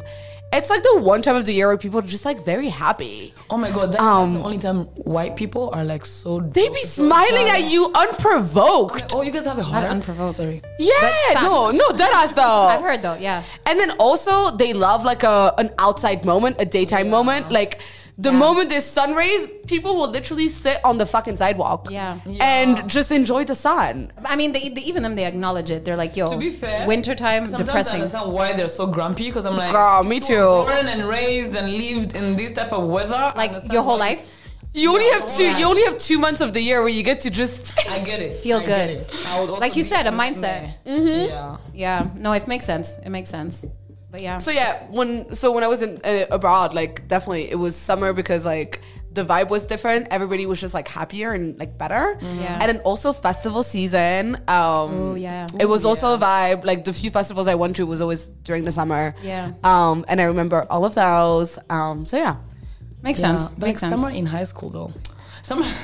B: it's like the one time of the year where people are just like very happy.
C: Oh my god, that,
B: Um,
C: that's the only time white people are like so.
B: They be
C: so- so
B: smiling
C: jolly.
B: at you unprovoked.
C: Oh, you guys have a heart.
A: unprovoked.
C: Sorry.
B: Yeah,
A: But
B: no,
A: facts.
B: no, that ass
A: I've
B: though.
A: heard though, yeah.
B: And then also, they love like a an outside moment, a daytime moment, like. The moment there's sun rays, people will literally sit on the fucking sidewalk.
A: Yeah.
B: And just enjoy the sun.
A: I mean, they, they, even them, they acknowledge it. They're like, yo,
C: To be fair,
A: wintertime,
C: sometimes I
A: Oh. depressing.
C: understand why they're so grumpy because I'm like,
B: Girl, me
C: so
B: too.
C: Born and raised and lived in this type of weather. I
A: Like
C: understand
A: your whole
C: why-
A: life?
B: You only have two.
A: Yeah.
B: You only have two months of the year where you get to just.
C: I get it.
A: Feel
C: I get
A: good.
C: it. I would also
A: Like you
C: be
A: said, a
C: in
A: mindset. Mm-hmm.
C: there. Yeah.
A: Yeah. No, it makes sense. It makes sense. But yeah.
B: So yeah, when so when I was in uh, abroad, like definitely it was summer because like the vibe was different. Everybody was just like happier and like better.
A: Yeah.
B: And then also festival season. Um,
A: Ooh, yeah.
B: It was also a vibe. Like the few festivals I went to was always during the summer.
A: Yeah.
B: Um, and I remember all of those. Um, so yeah.
A: makes
C: Yeah,
A: sense.
C: but
A: Makes
C: like
A: sense.
C: Summer in high school, though. Summer.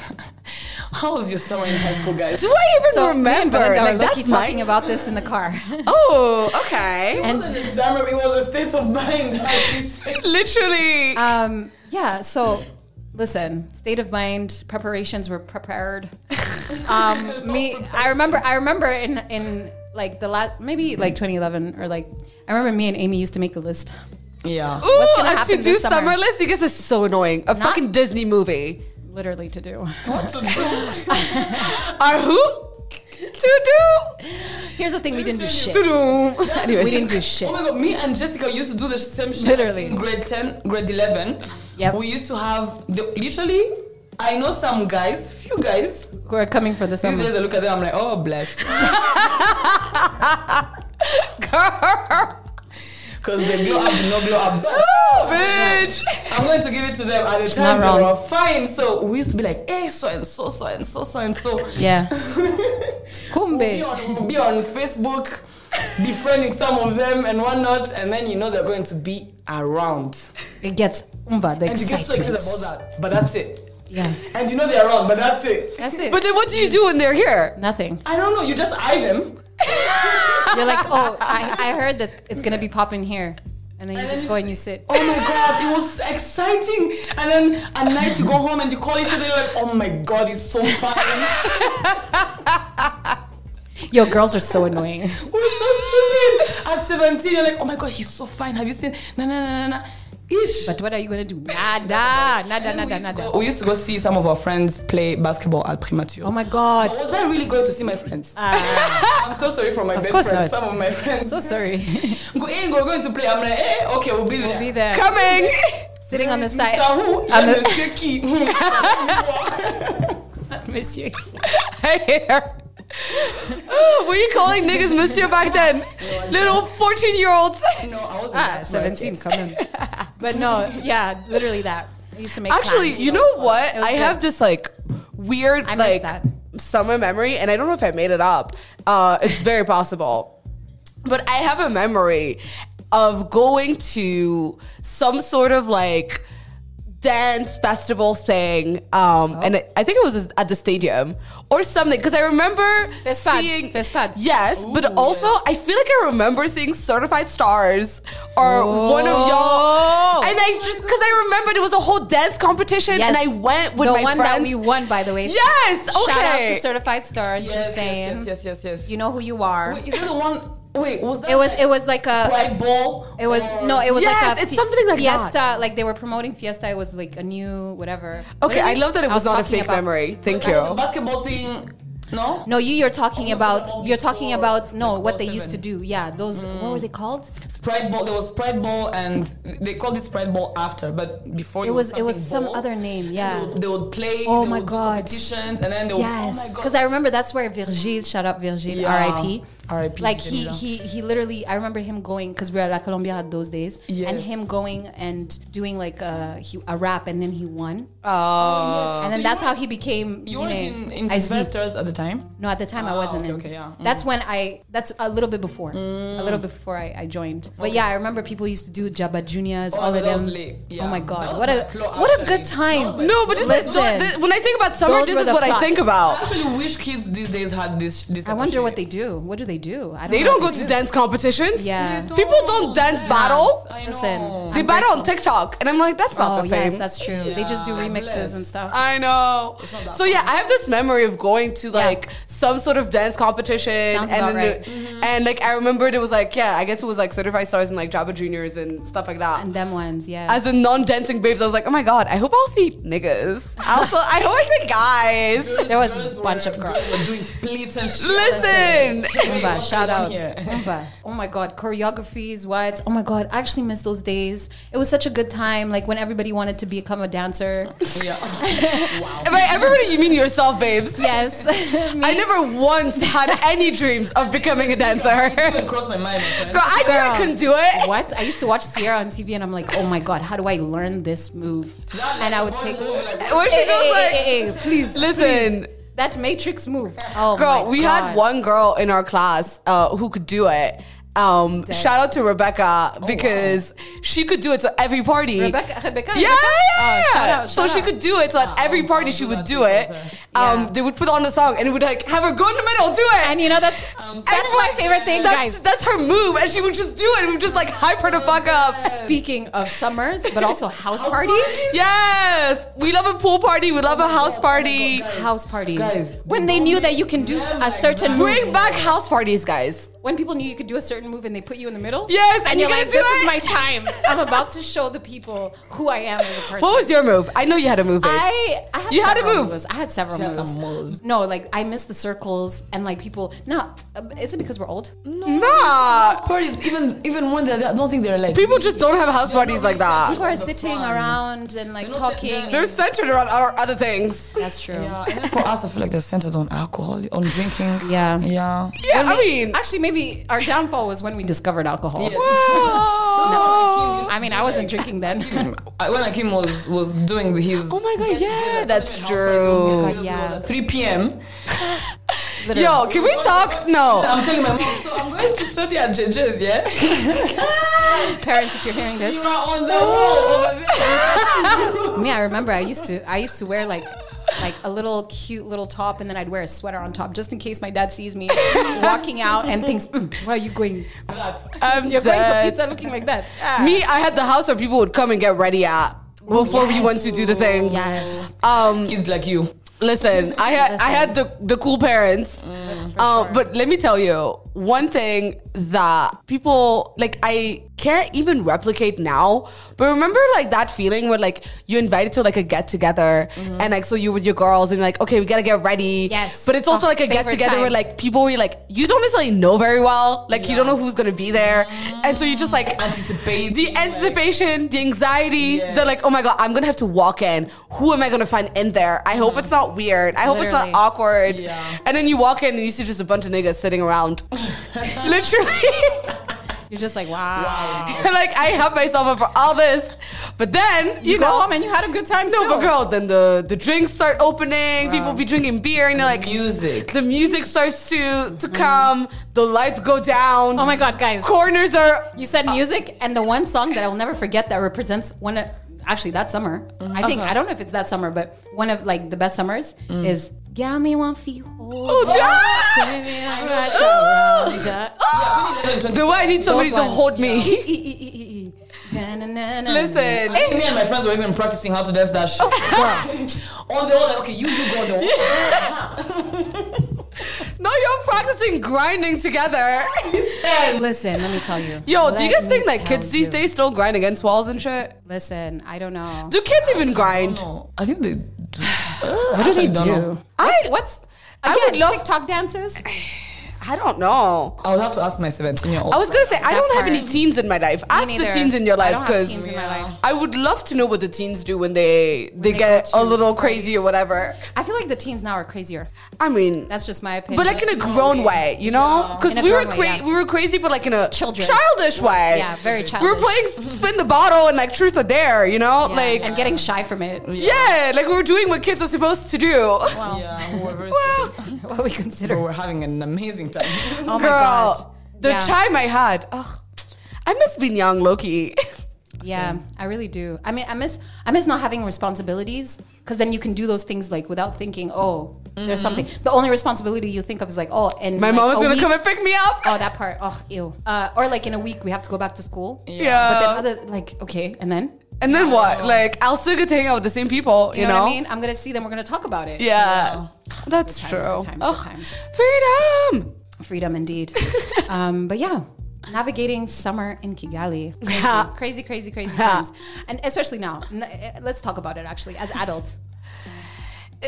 C: How was your summer in high school, guys?
B: Do I even
A: So me and
B: remember?
A: Belinda
B: Like
A: were low-key
B: that's my.
A: talking about this in the car.
B: oh, okay.
A: and
C: It was summer. It was a state of mind. as we say.
B: Literally.
A: um, yeah, so listen, state of mind, preparations were prepared. Um, me, I remember, I remember in in like the last maybe like 2011 or like I remember me and Amy used to make a list.
C: yeah.
B: Ooh,
A: What's gonna
B: a
A: happen
B: to do
A: this summer?
B: summer? list. You guys are so annoying. A fucking Disney movie.
A: Literally to do.
C: What to do?
B: Are who? To do.
A: Here's the thing: we didn't do shit.
B: To do. Anyways.
A: We didn't do shit.
C: Oh my god, me and Jessica used to do the same shit.
A: Literally.
C: in grade 10, grade 11.
A: Yep.
C: We used to have, the, literally, I know some guys, few guys,
A: We're coming for the
C: these
A: summer.
C: days I look at them, I'm like, oh, bless.
B: Girl.
C: Because they glow up, they no glow up.
B: Bitch.
C: I'm going to give it to them at the
A: not
C: time
A: wrong.
C: they were fine. So we used to be like, hey, so and so, so and so, so and so.
A: Yeah.
C: We'll be,
A: Kumbe.
C: on, we'll be on Facebook, befriending some of them and whatnot, and then you know they're going to be around.
A: It gets umba the
C: And you get so excited
A: excitement.
C: about that, but that's it.
A: Yeah.
C: And you know they're around, but that's it.
A: That's it.
B: But then what do you do when they're here?
A: Nothing.
C: I don't know, you just eye them.
A: You're like, oh, I, I heard that it's gonna be popping here, and then you
C: And
A: just
C: then
A: go
C: you
A: and you sit.
C: Oh my god, it was exciting. And then at night you go home and you call each other, you're like, oh my god, it's so fun.
A: Yo, girls are so annoying.
C: We're so stupid. At 17, you're like, oh my god, he's so fine. Have you seen? Na na na na na. Ish.
A: But what are you gonna do? Nada, nada, nada, nada.
C: We used to go see some of our friends play basketball at Primature.
A: Oh my god.
C: was I really going to see my friends?
A: Ah,
C: I'm so sorry for my
A: Of course
C: best friends.
A: not.
C: Some of my friends.
A: so sorry.
C: Go, hey, we're going to play. I'm like, hey, okay, we'll be there.
A: We'll be there,
B: Coming.
A: sitting on the
C: Mr.
A: side.
C: Who?
A: I'm
C: Yeah,
A: the-
C: Monsieur Key. Hmm.
A: Monsieur.
B: Oh, were you calling niggas monsieur back then? Little 14 year olds.
C: no, I wasn't
A: Ah,
C: that smart
A: seventeen.
C: yet.
A: Come on. But no, yeah, literally that. I used to make.
B: Actually,
A: plans.
B: you know what?
A: It was
B: I
A: good.
B: have this like weird
A: I miss
B: like
A: that.
B: summer memory, and I don't know if I made it up. Uh, it's very possible, but I have a memory of going to some sort of like dance festival thing, um,
A: Oh.
B: and I- I think it was at the stadium or something because I remember
A: Fist pad,
B: seeing
A: fist pad.
B: Yes, but also I feel like I remember seeing Certified Stars or one of y'all,
A: Oh.
B: and I just because I remembered it was a whole dance competition,
A: Yes.
B: and I went with
A: the
B: my
A: one
B: friends.
A: that we won, by the way.
B: Yes,
A: Shout out
B: okay.
A: to Certified Stars.
C: Yes,
A: just saying,
C: Yes, yes, yes, yes. yes.
A: you know who you are.
C: Wait, is that the one? Wait, was that?
A: it was
C: like
A: it was like a
C: bright ball.
A: it was
C: or-
A: no it was
B: Yes,
A: like a
B: it's something like that.
A: fiesta like they were promoting fiesta it was like a new whatever What
B: Okay,
A: are
B: I
A: we-
B: love that it was, not a
A: talking
B: fake
A: about-
B: memory. Thank
C: That was the
B: you.
C: basketball thing. No.
A: no you you're talking
C: Oh,
A: about
C: no,
A: you're talking
C: before,
A: about no
C: like, Mm.
A: what they
C: 07.
A: used to do yeah those what were they called
C: Sprite ball. There was Sprite ball, and they called it Sprite ball after, but before
A: it was it was
C: something
A: some
C: ball.
A: other name
C: They
A: yeah
C: would, they would play.
A: Oh
C: they
A: my
C: would do
A: God.
C: Competitions, and then they would. Oh my
A: Yes,
C: god.
A: because I remember that's where Virgil, shout out Virgil,
C: Yeah.
A: R.I.P.
C: R.I.P.,
A: Like he
C: Virgil.
A: he he literally, I remember him going because we were at La Colombia at those days, and
C: Yes.
A: him going and doing like a he, a rap, and then he won,
B: Oh,
A: and then
C: Uh, So
A: that's
C: you
A: how he became.
C: You
A: You
C: weren't
A: know,
C: in, in
A: SV.
C: investors at the time.
A: No, at the time I
C: Ah,
A: wasn't
C: okay,
A: in.
C: okay, yeah. Mm.
A: That's when I. That's a little bit before. A little before I, I joined. But yeah, I remember people used to do Jabba Juniors,
C: Oh,
A: all of
C: that
A: them.
C: was lit.
A: Oh
C: Yeah.
A: my
C: That
A: god,
C: was
A: what
C: my
A: a
C: plot,
A: what a good
C: actually. That was
A: time.
C: my
B: no, but this is
A: Listen.
B: this, when I think about summer.
A: Those
B: This
A: were
B: is
A: the
B: what I
A: plots.
B: think
C: I
B: about.
C: actually wish kids these days had this. this
A: Oh. I wonder what
C: opportunity.
A: they do. What do they do? I don't
B: They
A: know
B: don't go
A: what
B: to
A: they do.
B: dance competitions.
A: Yeah.
C: They
B: people don't dance battle.
C: I
A: Listen,
C: know.
B: They
A: I'm
B: battle on
A: grateful.
B: TikTok, and I'm like, that's not
A: Oh
B: the same.
A: yes, that's true. They just do
C: Yeah,
A: remixes
C: bless.
A: and stuff.
B: I know.
C: that
B: So yeah, I have this memory of going to like some sort of dance competition,
A: Sounds
B: and
A: about
B: then
A: right. Mm-hmm.
B: the- and like I remembered it was like yeah, I guess it was like certified stars and like Jabba Juniors and stuff like that.
A: and them ones, yeah.
B: as a non-dancing babes, I was like, oh my god, I hope I'll see niggas. Also, I hope I see guys.
A: there was a
C: Girls
A: bunch
C: were-
A: of girls.
C: were doing splits and shit.
B: Listen,
A: Umba, shout out.
C: Yeah.
A: Umba. Oh my God, choreographies, what? Oh my God, I actually miss those days. It was such a good time, like when everybody wanted to become a dancer.
C: Yeah. wow.
B: by everybody you mean yourself, babes.
A: Yes. Me-
B: I never once had any dreams of becoming a
C: It
B: dancer.
C: even crossed my mind. my friend.
B: Girl, I knew I
A: Girl.
B: couldn't do it.
A: What? I used to watch Sierra on TV and I'm like, oh my God, how do I learn this move?
C: That, like,
A: And I would
C: one
A: take.
C: move, like,
B: Where she
A: Hey,
B: goes
A: hey,
B: like,
A: hey, hey, hey, please.
B: listen.
A: That matrix move. Oh
B: Girl,
A: my
B: we
A: God.
B: had one girl in our class uh, who could do it. Um, shout out to Rebecca because she could do it to every party.
A: Oh, Rebecca, Rebecca,
B: Yeah, yeah,
A: Oh, shout
B: yeah.
A: out,
B: so
A: shout
B: she
A: out.
B: could do it. So at every
C: I'll-
B: party,
C: I'll
B: she
C: do
B: would
C: that
B: do
C: too,
B: it.
C: also.
B: Um,
A: Yeah.
B: They would put on a song and it would like have her go in the middle, do it.
A: And you know, that's,
C: I'm
A: that's my
B: like-
A: favorite thing,
B: Um, that's,
A: guys.
B: That's her move, and she would just do it. And we would just like hype her to fuck up.
A: Speaking of summers, but also house parties.
B: Yes, we love a pool party. We love
A: Oh
B: a house party.
A: House parties.
C: Guys,
A: when they knew that you can do
C: Yeah,
A: a
C: like
A: certain
C: that.
A: move.
B: Bring back house parties, guys.
A: When people knew you could do a certain move and they put you in the middle.
B: Yes, and
A: you're
B: you're
A: like,
B: gonna do
A: this is
B: it."
A: my time. I'm about to show the people who I am as a person.
B: What was your move? I know you had a move. babe.
A: I, I had had
B: You had a
A: several
B: move.
A: moves. I had several
C: She had
A: moves.
C: some moves.
A: No, like I miss the circles and like people. Not uh, is it because we're old?
B: Nah.
C: Parties, even even when they're there, I don't think they're like
B: People just don't have house parties like that.
A: People are
C: the
A: sitting
C: fun.
A: around and like
C: They're not
A: talking.
C: sitting there.
B: They're centered around our other things.
A: That's true.
C: Yeah, and then for us, I feel like they're centered on alcohol, on drinking.
A: Yeah.
C: yeah.
B: Yeah,
A: When
B: I
A: we-
B: mean,
A: actually, maybe our downfall was when we discovered alcohol.
C: Yeah.
B: whoa.
A: I mean, I wasn't drinking then.
C: I, when Akim was was doing his
B: Oh my god, yeah, that's
A: Oh,
B: true.
A: my God, yeah.
C: 3 p.m.
B: Yo, can we talk? No.
C: I'm telling my mom, so I'm going to study at JJ's, yeah?
A: Parents, if you're hearing this,
C: You are on the wall over there.
A: me, I remember I used to, I used to wear like, like a little cute little top, and then I'd wear a sweater on top just in case my dad sees me walking out and thinks, mm, "Where are you going?
C: That.
B: I'm
A: You're going for
B: dead.
A: pizza looking like that." Ah.
B: Me, I had the house where people would come and get ready at before we went to do the things.
A: Yes.
B: Um,
C: Kids like you.
B: Listen, I had I
A: Listen. Mm,
B: had the the cool parents, um, but let me tell you one thing that people like I can't even replicate now. But remember, like that feeling where like you invited to like a get together, and like so you with your girls, and like okay, we gotta get ready.
A: Mm-hmm. Yes.
B: but it's also
A: Oh,
B: like a get
A: favorite
B: together
A: time.
B: where like people where you like you don't necessarily know very well, like you don't know who's gonna be there, and so you just like
A: Mm-hmm.
C: Anticipate.
B: the anticipation, the anxiety,
C: Yes.
B: the like, oh my god, I'm gonna have to walk in. Who am I gonna find in there? I hope it's not weird. I hope it's
A: Literally.
B: not awkward.
C: Yeah.
B: And then you walk in and you see just a bunch of niggas sitting around. Literally.
A: You're just like, wow.
B: like I help myself up for all this. But then you,
A: You, go
B: know
A: home and you had a good time.
B: No,
A: still.
B: but girl, then the, the drinks start opening, people be drinking beer and they're like
C: music.
B: the music starts to to come, the lights go down.
A: Mm. Oh my god, guys!
B: Corners are
A: You said music, and the one song that I will never forget that represents one of actually that summer.
B: Mm-hmm.
A: I
B: Uh-huh.
A: think I don't know if it's that summer, but one of like the best summers is "Got me one fee hold
B: Mm. Oh,
A: ya,
B: yeah.
A: turn me right around ya."
B: Do I need Oh, somebody to
A: ones, E,
B: hold me?
A: me.
B: Listen.
C: I think me and my friends were even practicing how to dance that shit. on the wall, like, okay, you do go on the wall.
B: No, you're practicing grinding together.
A: Listen, let me tell you.
B: Yo, do you
A: Let
B: guys
A: me
B: think that
A: tell
B: kids these
A: you.
B: days still grind against walls and shit?
A: Listen, I don't know.
B: Do kids even grind?
C: No, I think they.
A: What do they do?
B: I
A: What's
B: I
A: again?
B: would love-
A: TikTok dances.
B: I don't know.
C: I would have to ask my 17 year old.
B: I was gonna say I
A: That
B: don't have any
A: part.
B: teens in my life. Ask the
A: neither.
B: teens in your
A: I
B: life
A: don't have
B: because
A: teens in my life.
B: I would love to know what the teens do when they they,
A: they
B: get
A: go
B: a
A: to
B: little crazy or whatever.
A: I feel like the teens now are crazier.
B: I mean,
A: That's just my opinion.
B: but like in a grown way, you know? Because
A: In a
B: we were
A: grown way,
B: cra-
A: yeah.
B: we were crazy, but like in a
A: Children.
B: childish way.
A: Yeah, very
B: We were
A: childish.
B: playing spin the bottle and like truth or dare, you know?
A: Yeah,
B: Like
A: and getting shy from it.
B: Yeah, like we were doing what kids are supposed to do.
A: Well,
C: Yeah, whoever is.
B: Well,
A: what we
C: But
A: consider.
C: we're having an amazing time.
A: Oh my
B: girl,
A: god.
B: the
A: yeah.
B: time I had. Ugh, I miss being young, Loki.
A: Yeah, I really do. I mean, I miss I miss not having responsibilities because then you can do those things like without thinking. Oh, there's something. The only responsibility you think of is like, oh, and
B: Mm-hmm. My
A: like,
B: mom is
A: a
B: gonna
A: week-
B: come and pick me up.
A: Oh, that part. Oh, ew. Uh, or like in a week, we have to go back to school.
B: yeah.
A: But then other like okay, and then
B: and then what? Like I'll still get to hang out with the same people, you,
A: you know, what I mean. I'm gonna see them. We're gonna talk about it.
B: Yeah. That's
A: Good
B: true.
A: times, good times, good
B: Ugh,
A: times.
B: freedom.
A: Freedom indeed. um, but yeah, navigating summer in Kigali. Crazy, crazy, crazy, crazy times. And especially now. N- eh, Let's talk about it actually as adults.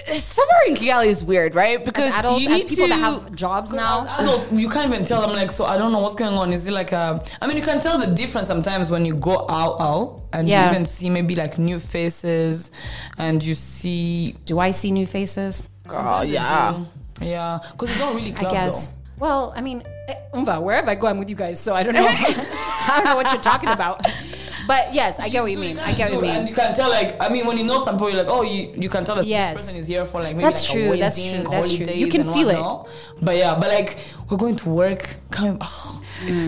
B: Somewhere in Kigali is weird, right? Because
A: As adults,
B: you need
A: as people
B: to
A: that have jobs now.
C: As adults, you can't even tell. I'm like, so I don't know what's going on. Is it like a? I mean, you can tell the difference sometimes when you go out, out, and
A: Yeah.
C: you even see maybe like new faces, and you see,
A: Do I see new faces?
B: girl, yeah.
C: yeah, because you don't really
A: I
C: club
A: guess. Well, I mean, eh, Umva, wherever I go, I'm with you guys, so I don't know. I don't know what you're talking about. But yes, I get what you
C: though.
A: mean. I get what you
C: And
A: mean.
C: you can tell, like, I mean, when you know some people, you're like, oh, you, you can tell that
A: Yes.
C: this person is here for like maybe
A: That's
C: like
A: true,
C: a
A: that's
C: wedding,
A: true, that's true.
C: holidays
A: You can
C: and
A: feel it.
C: whatnot. But yeah, but like we're going to work. Coming, oh,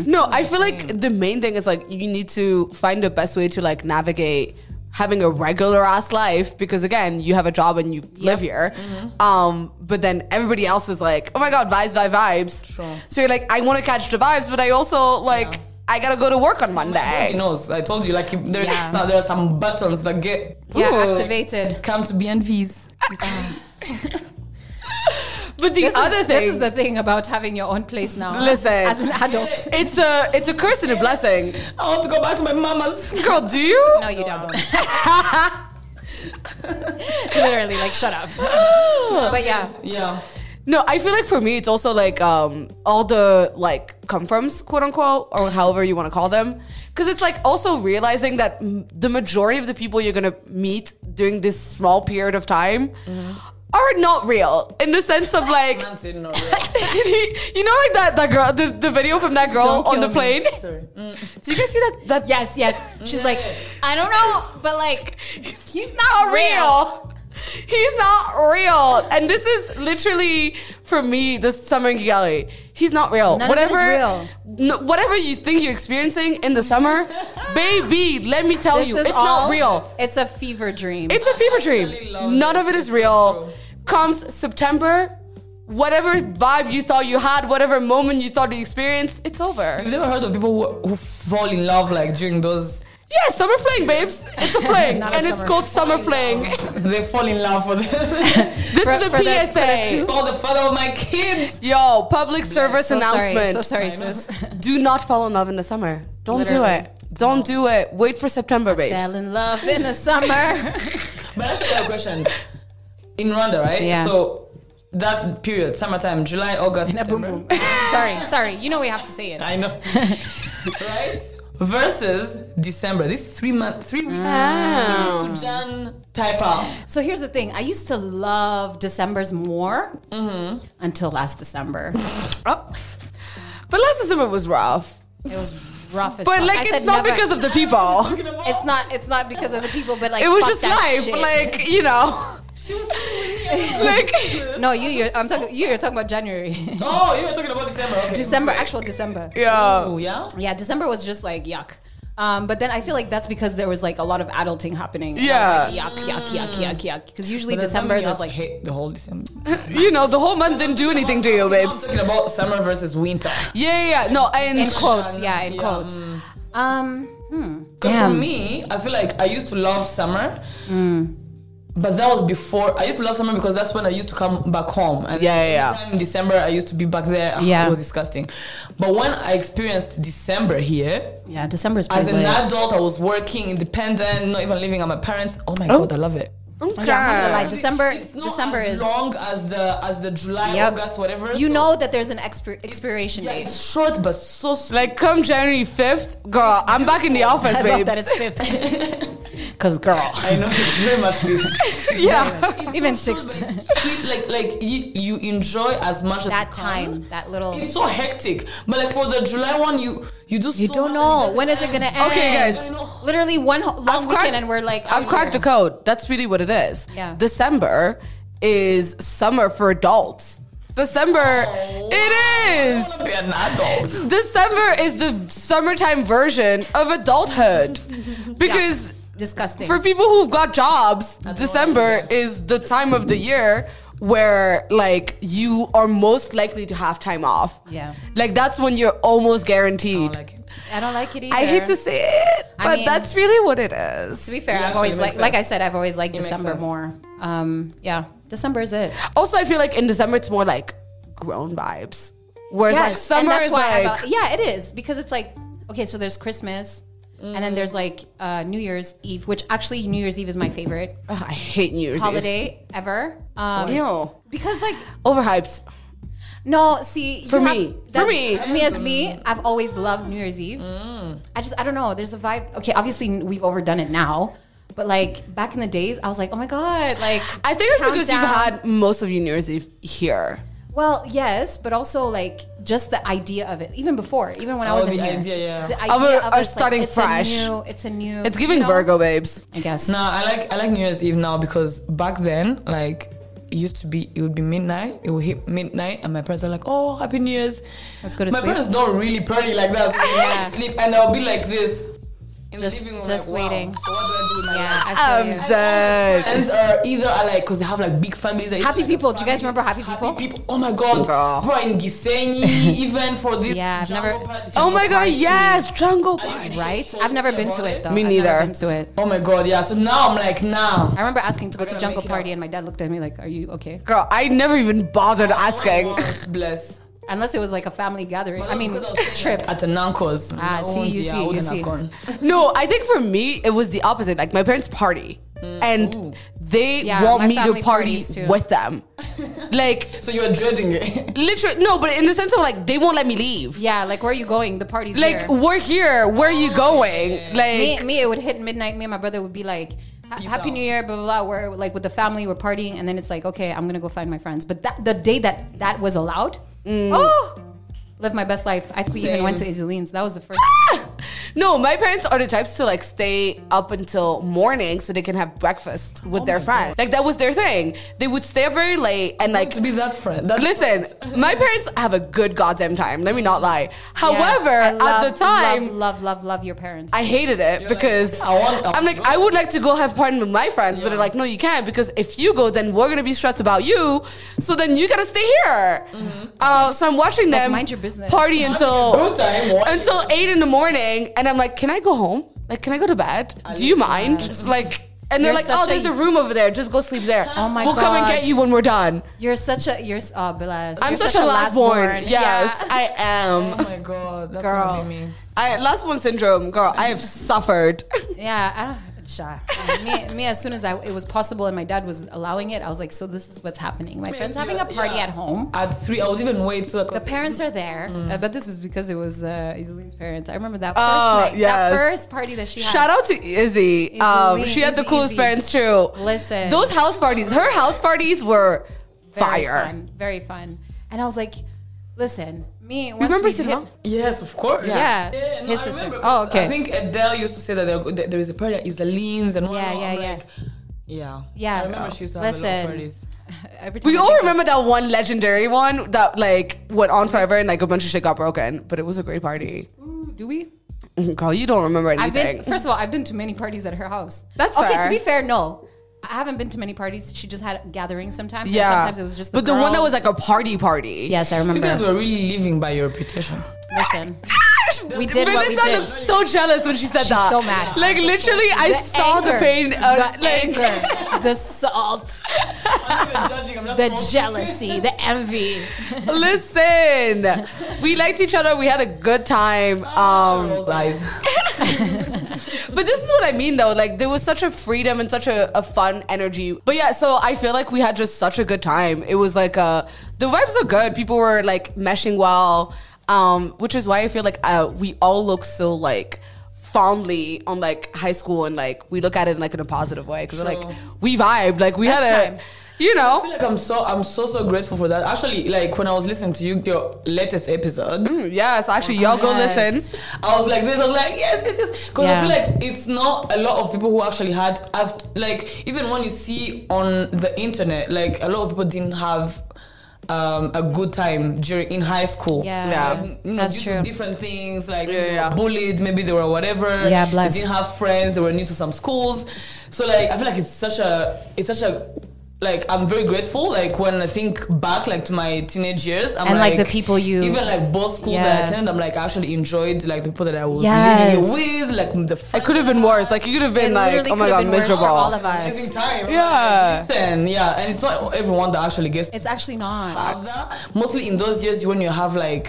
B: No, I feel like the main thing is like you need to find the best way to like navigate having a regular ass life because again, you have a job and you live here. Um, but then everybody else is like, oh my god, vibes, vibe, vibes.
C: Sure.
B: So you're like, I want to catch the vibes, but I also like I gotta go to work on
C: He
B: Monday.
C: knows. I told you, like, if there,
A: Yeah.
C: so there are some buttons that get
A: Yeah,
B: Ooh.
A: activated.
C: come to BNVs.
B: But the
A: This is,
B: other thing,
A: this is the thing about having your own place now.
B: Listen.
A: as an adult.
B: it's a it's a curse and a blessing.
C: I want to go back to my mama's.
B: Girl, do you?
A: No, you don't. Literally, like, shut up. but yeah,
C: Yeah.
B: No, I feel like for me, it's also like um, all the like come froms, quote unquote, or however you want to call them. Because it's like also realizing that m- the majority of the people you're going to meet during this small period of time
C: Mm-hmm.
B: are not real in the sense of like,
C: Man said no. yeah.
B: you know, like that, that girl, the, the video from that girl
C: Don't
B: on the
C: kill me.
B: plane.
C: Sorry.
B: Do you guys see that? that
A: yes, yes. She's like, I don't know, but like, he's not
B: not
A: real.
B: real. He's not real. And this is literally for me, this summer in Kigali. He's not real.
A: None of it is
B: whatever
A: real.
B: No, whatever you think you're experiencing in the summer, baby, let me tell
A: This
B: you,
A: is
B: it's
A: all-
B: not real.
A: It's a fever dream.
B: It's a fever
C: actually love
B: dream. None
C: this.
B: of it
C: It's
B: is
C: so
B: real.
C: true.
B: Comes September, whatever vibe you thought you had, whatever moment you thought you experienced, it's over.
C: You've never heard of people who, who fall in love like during those.
B: Yeah, summer fling, babes. It's a fling.
A: Not a
B: and it's
A: summer
B: called summer fling.
C: They fall in love for the
B: this
A: For-
B: is a
A: for the- for the
B: PSA.
A: two-
C: for the father of my kids.
B: Yo, public service
A: so
B: announcement.
A: Sorry, so sorry, sis.
B: Do not fall in love in the summer. Don't
A: Literally.
B: do it. Don't do it. Wait for September, babes.
A: Fell in love in the summer.
C: But actually, I have a question. In Rwanda, right?
A: Yeah.
C: So that period, summertime, July, August,
A: In a boom
C: September.
A: boom. sorry, sorry. You know we have to say it.
C: I know. right? Versus December. This three month, three
A: Ah.
C: weeks. three weeks to Jan type out.
A: So here's the thing. I used to love December's more
B: Mm-hmm.
A: until last December.
B: Oh. But last December was rough.
A: It was rough as
B: But
A: fuck. I
B: like,
A: said
B: it's not
A: never-
B: because of the people.
A: Oh. it's not it's not because of the people, but like
B: it was
A: fuck
B: just
A: that
B: life.
A: shit.
B: Like you know. like
A: no, you you're, I'm talking you you're talking about January,
C: Oh, you were talking about December. Okay.
A: December, actual December.
B: yeah.
C: Oh, yeah?
A: Yeah, December was just like yuck. Um, but then I feel like that's because there was like a lot of adulting happening. And I was like, yuck, yuck, yuck, yuck, yuck. Because usually
C: But does that
A: December
C: mean you
A: there's
C: have to
A: like
C: hate the whole December.
B: You know, the whole month didn't do anything to you,
C: I'm
B: babes.
C: talking about summer versus winter.
B: Yeah, yeah, yeah. No, and
A: in quotes, yeah, in
C: Yeah,
A: quotes. Um, hmm.
C: Because for
A: Damn. Mm.
C: me, I feel like I used to love summer. But that was before I used to love summer because that's when I used to come back home. And
B: Yeah, yeah, yeah.
C: anytime in December I used to be back there. Ah,
A: Yeah.
C: it was disgusting. But when I experienced December here,
A: yeah, December is
C: as
A: pretty
C: an
A: lit.
C: adult, I was working, independent, not even living at my parents. Oh my god, I love it.
A: Yeah,
B: okay.
A: I'm not gonna lie. Uh, December,
C: It's not
A: December
C: as
A: is
C: long as the as the July,
A: Yep.
C: August, whatever.
A: You
C: So,
A: know that there's an expir- expiration
C: yeah,
A: date.
C: it's short but so sweet.
B: Like come January fifth, girl, I'm back in the office,
A: I love that
B: babes.
A: it's fifth. Cause girl,
C: I know it's very much sweet.
B: Yeah.
A: even
C: Sure,
A: sixth.
C: but it's sweet, like like you, you enjoy as much as
A: That
C: you
A: time, that little.
C: Can. It's so hectic, but like for the July one, you you do.
A: You
C: so
A: don't
C: much
A: know
C: and
A: when is it gonna end.
B: Okay, guys.
A: Literally one ho- long
B: I've
A: weekend,
B: cracked-
A: and we're like,
B: I've
A: oh,
B: cracked the
A: yeah.
B: code. That's really what it is.
A: Yeah.
B: December is summer for adults. December,
A: Oh,
B: it
C: doesn't Be an adult.
B: is. December is the summertime version of adulthood, because
A: disgusting.
B: for people who've got jobs, December is the time of the year where like you are most likely to have time off.
A: Yeah.
B: like that's when you're almost guaranteed. I,
C: Like,
A: I don't like it either.
B: hate to say it,
A: I
B: but
A: mean-
B: that's really what it is.
A: To be fair,
C: Yeah,
A: I've always
C: actually, it
A: like,
C: makes
A: like I
C: sense.
A: said, I've always liked
C: makes
A: December
C: sense.
A: more. Um, yeah, December is it.
B: Also, I feel like in December it's more like grown vibes. Whereas like summer
A: and that's
B: is
A: why
B: like
A: I, yeah, it is because it's like okay, so there's Christmas, and then there's like uh, New Year's Eve, which actually New Year's Eve is my favorite
B: Ugh, I hate New Year's
A: holiday ever. Um,
B: Eve. Ew.
A: Because like
B: Overhyped.
A: no, see you
B: For
A: have-
B: me.
A: that-
B: For me. Mm.
A: me as me, I've always loved New Year's Eve. I just I don't know. There's a vibe. Okay, obviously we've overdone it now, but like back in the days, I was like, oh my god, like
B: I think it's because
A: countdown.
B: you've had most of your New Year's Eve here.
A: Well, yes, but also like just the idea of it, even before, even when I
C: Oh,
A: was in
C: the
A: here,
C: idea, yeah.
A: the
B: Of
A: idea
B: a-
A: of,
B: of
A: us, like,
B: starting
A: it's
B: fresh.
A: A new, it's a new.
B: It's giving
A: you know?
B: Virgo babes.
A: I guess.
C: no, I like I like New Year's Eve now because back then, like. It used to be it would be midnight. It would hit midnight, and my parents are like, "Oh, happy New Year's."
A: Let's go to
C: my
A: sleep.
C: parents don't really party like that. So they
A: Yeah.
C: sleep, and I'll be like this in
A: Just-
C: the living room,
A: just
C: like, wow,
A: waiting.
C: So what do I do with my
A: Yeah,
C: life?
A: I
B: I'm
A: feel you.
B: Um, dead.
C: friends are either are like because they have like big families. They
A: Happy
C: like,
A: People.
C: a
A: Do you guys
C: family.
A: remember Happy People?
C: Happy people. Oh my god,
B: Girl.
C: bro in Gisenyi even for this.
A: Yeah, I've
C: jungle
A: never-
C: party.
B: Oh my god,
A: Party.
B: yes, jungle.
C: Are you
A: Right?
C: so
A: I've never
C: upset
A: been to
C: about
A: it though.
B: Me
A: I've
B: neither.
A: Never been to it.
C: Oh my god, yeah. So now I'm like now.
A: I remember asking to go
C: We're
A: to
C: gonna
A: jungle
C: make it
A: party,
C: up.
A: and my dad looked at me like, "Are you okay?"
B: Girl, I never even bothered asking.
C: Bless.
A: Unless it was like a family gathering.
C: But
A: I
C: that's
A: mean,
C: because I was saying
A: trip.
C: at an uncle's.
A: Ah,
C: No
A: see,
C: one's
A: you
C: here,
A: see,
C: I
A: you
C: wouldn't have
A: see.
C: gone.
B: No, I think for me it was the opposite. Like my parents party, and they
A: Mm. Yeah,
B: want
A: my
B: me to
A: family
B: party
A: parties too.
B: with them. like
C: So you're dreading it.
B: literally, no, but in the sense of like they won't let me leave.
A: Yeah, like where are you going? The party's
B: Like
A: here.
B: we're here. Where are you going? Like
A: me, me, it would hit midnight. Me and my brother would be like, "Ha-
C: Peace
A: "Happy
C: out.
A: New Year!" Blah, blah blah. We're like with the family, we're partying, and then it's like, "Okay, I'm gonna go find my friends." But that the day that that was allowed,
B: Mm.
A: oh, live my best life. I think we even
C: Same.
A: went to Isoline's. That was the first.
B: no, my parents are the types to like stay up until morning so they can have breakfast with
A: Oh
B: their friends. Like that was their thing. They would stay up very late and like
C: to be that friend. That
B: Listen, my parents have a good goddamn time. Let me not lie.
A: Yes,
B: Ah, However,
A: I
B: at
A: love,
B: the time,
A: love, love, love, love your parents.
B: I hated it
C: You're
B: because
C: like, I want-
B: I'm like, I would like to go have party with my friends, but they're like, no, you can't because if you go, then we're gonna be stressed about you. So then you gotta stay here. Uh, so I'm watching
A: Mm-hmm. Like,
B: them
A: mind your business.
B: party until
C: Good time. What?
B: until eight in the morning, and I'm like, can I go home? Like, can I go to bed? Do you mind? Like, and
A: You're
B: they're like, oh,
A: such a-
B: there's a room over there. Just go sleep there.
A: Oh my
B: we'll come and
A: gosh.
B: get you when we're done.
A: you're such a you're s- oh, bless.
B: I'm
A: You're
B: such, a last born. Yes, I
C: oh
B: am.
C: my god, that's
A: Girl.
C: gonna be me.
B: I last born syndrome, girl. I have suffered.
A: Yeah, ah, sha. me, me, as soon as I, it was possible and my dad was allowing it, I was like, so this is what's happening. My friend's having a party
C: Yeah.
A: at home.
C: At three, I would even wait so I
A: The
C: could.
A: parents are there, uh, but this was because it was uh, Isoleen's parents. I remember that first
B: Mm. Oh,
A: night,
B: yes.
A: that first party that she had.
B: Shout out to Izzy.
A: Izzy
B: um,
A: Lee,
B: she had the
A: Izzy,
B: coolest
A: Izzy.
B: parents too.
A: Listen.
B: those house parties. Her house parties were
A: Very
B: fire.
A: fun, very fun. And I was like, listen, me. Once
B: Remember
A: we
B: Sidham?
A: hit-
C: Yes, of course.
A: Yeah.
C: no,
A: His
C: I
A: sister.
C: remember,
A: Oh, okay.
C: I think Adele used to say that there, that there is a party at Isaline's and
A: Yeah,
C: whatnot.
A: yeah,
C: I'm
A: yeah.
C: like, yeah.
A: Yeah,
C: I remember
A: girl.
C: she used to have a lot
A: Listen.
C: of parties.
A: Every time
B: We
A: I
B: all
A: think
B: remember that one legendary one that like went on forever and like a bunch of shit got broken, but it was a great party.
A: of- Do we?
B: Girl, you don't remember
A: I've
B: anything.
A: been. First of all, I've been to many parties at her house.
B: That's
A: okay.
B: fair.
A: To be fair, no, I haven't been to many parties. She just had gatherings sometimes. and
B: yeah,
A: Sometimes it was just. The
B: but the one that was
A: girls.
B: like a party party.
A: Yes, I remember.
C: You guys were really living by your reputation.
A: Listen, We did
B: Belinda
A: what we did.
B: looked so jealous when she said that.
A: so mad.
B: Like literally, I
A: the
B: saw the
A: anger,
B: pain. Uh,
A: the
B: like
A: anger, the salt,
C: I'm not even judging. I'm just
A: the jealousy, the envy.
B: Listen, we liked each other. We had a good time. Um,
C: eyes.
B: but this is what I mean, though. Like there was such a freedom and such a, a fun energy. But yeah, so I feel like we had just such a good time. It was like uh, the vibes are good. People were like meshing well, um, which is why I feel like uh, we all look so like fondly on like high school and like we look at it in, like in a positive way because
C: Sure.
B: like we vibed. Like we
A: Best
B: had a,
A: time.
B: you
C: I feel
B: know,
C: like I'm so I'm so so grateful for that. Actually, like when I was listening to you your latest episode,
B: Mm, yes. Actually, y'all go
A: Yes.
B: listen.
C: I was like this. I was like yes, yes, yes. Because I
A: Yeah.
C: feel like it's not a lot of people who actually had. I've like even when you see on the internet, like a lot of people didn't have um, a good time during in high school.
A: Yeah,
B: Yeah.
C: Um, you know,
A: that's
C: due
A: true.
C: to different things like
B: Yeah, yeah.
C: bullied, maybe they were whatever.
A: Yeah,
C: they
A: bless.
C: didn't have friends. They were new to some schools, so like I feel like it's such a it's such a like I'm very grateful. Like when I think back, like to my teenage years, I'm
A: And, like, the people you-
C: even like both schools that I
A: Yeah.
C: attended, I'm like I actually enjoyed like the people that I was
A: Yes.
C: living with, like the
B: It could have been worse. Like you could have been
A: It
B: like,
A: literally
B: oh my
A: could have
B: god,
A: been worse for
B: miserable.
A: all of
C: amazing
A: us.
C: time.
B: Yeah.
C: Listen, yeah, and it's not everyone that actually gets to
A: It's actually not.
C: have that. Mostly in those years when you have like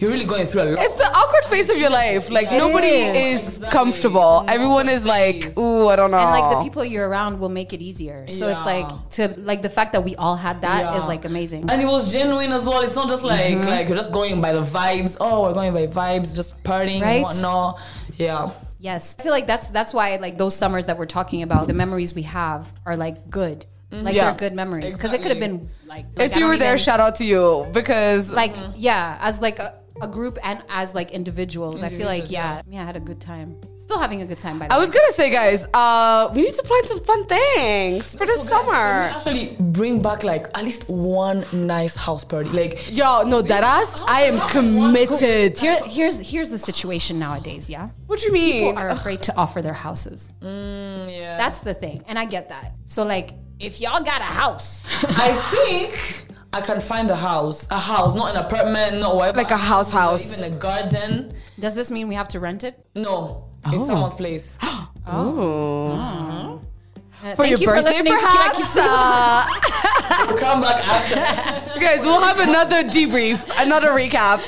C: you're really going through a lot.
B: It's the awkward phase of your life. Like
A: It
B: nobody
A: is.
B: is
C: Exactly.
B: comfortable.
C: No
B: Everyone is like,
C: phase.
B: ooh, I don't know.
A: And like the people you're around will make it easier. So
C: Yeah.
A: it's like to like the fact that we all had that is
C: Yeah.
A: like amazing.
C: And it was genuine as well. It's not just like
B: Mm-hmm.
C: like you're just going by the vibes. Oh, we're going by vibes, just partying and
A: Right?
C: whatnot. Yeah.
A: Yes, I feel like that's that's why like those summers that we're talking about, the memories we have are like good,
C: Mm-hmm.
A: like
B: Yeah.
A: they're good memories because it could have been like, like,
B: if
A: I
B: you
A: don't
B: were there,
A: even-
B: shout out to you because
A: like
C: Mm-hmm.
A: yeah, as like a, a group and as like individuals, I feel like
C: Individuals,
A: yeah, yeah, I had a good time. Still having a good time by the
B: I
A: way.
B: was gonna say, guys, uh, we need to plan some fun things for the summer.
C: Actually, bring back like at least one nice house party. Like
B: Yo, no, that ass, I am committed.
A: Here, here's here's the situation nowadays. Yeah,
B: What do you mean?
A: people are afraid to offer their houses.
B: Mm,
C: yeah.
A: That's the thing, and I get that. So like, if y'all got a house,
C: I think I can find a house. A house, not an apartment, not whatever.
B: Like a house house.
C: Even a garden.
A: does this mean we have to rent it?
C: No.
B: Oh.
C: In someone's place.
B: Ooh.
A: Uh,
B: For your birthday,
A: to Kira
B: perhaps.
A: Kitsu.
B: Uh,
C: Come come back after.
B: Guys, we'll have another debrief, another recap.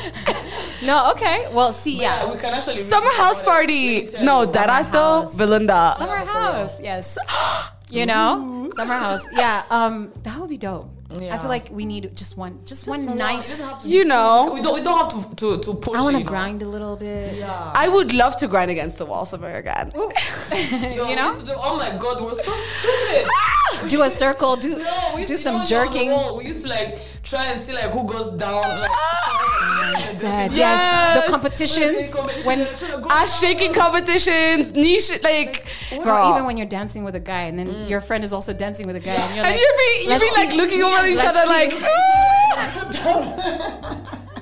A: No, okay. Well, see, yeah.
C: we can actually.
B: Summer house party. No, that I still
A: house.
B: Belinda.
A: Summer house, yes. You know, summer house. Yeah, um, that would be dope. I
C: Yeah.
A: feel like we need just one, just, one
C: Nice.
A: nice.
B: You know,
C: We don't. We don't have to to, to push.
A: I want
C: it,
A: to
C: you know.
A: grind a little bit.
C: Yeah.
B: I would love to grind against the wall somewhere again.
A: Ooh. you
C: we
A: know,
C: used to do- oh my god, we're so stupid.
A: do a circle, do
C: No, we used
A: do
C: to go
A: some
C: down the
A: jerking.
C: wall. We used to like try and see like who goes down. Like,
A: Dead. Yes.
B: Yes.
A: the competitions when,
B: Ass shaking competitions, niche like girl.
A: or even when you're dancing with a guy, and then your friend is also dancing with a guy, and you're
B: and
A: like,
B: you'd be you'd
A: let's
B: be like
A: see.
B: looking over at each
A: Let's
B: other
A: see.
B: like "Ah."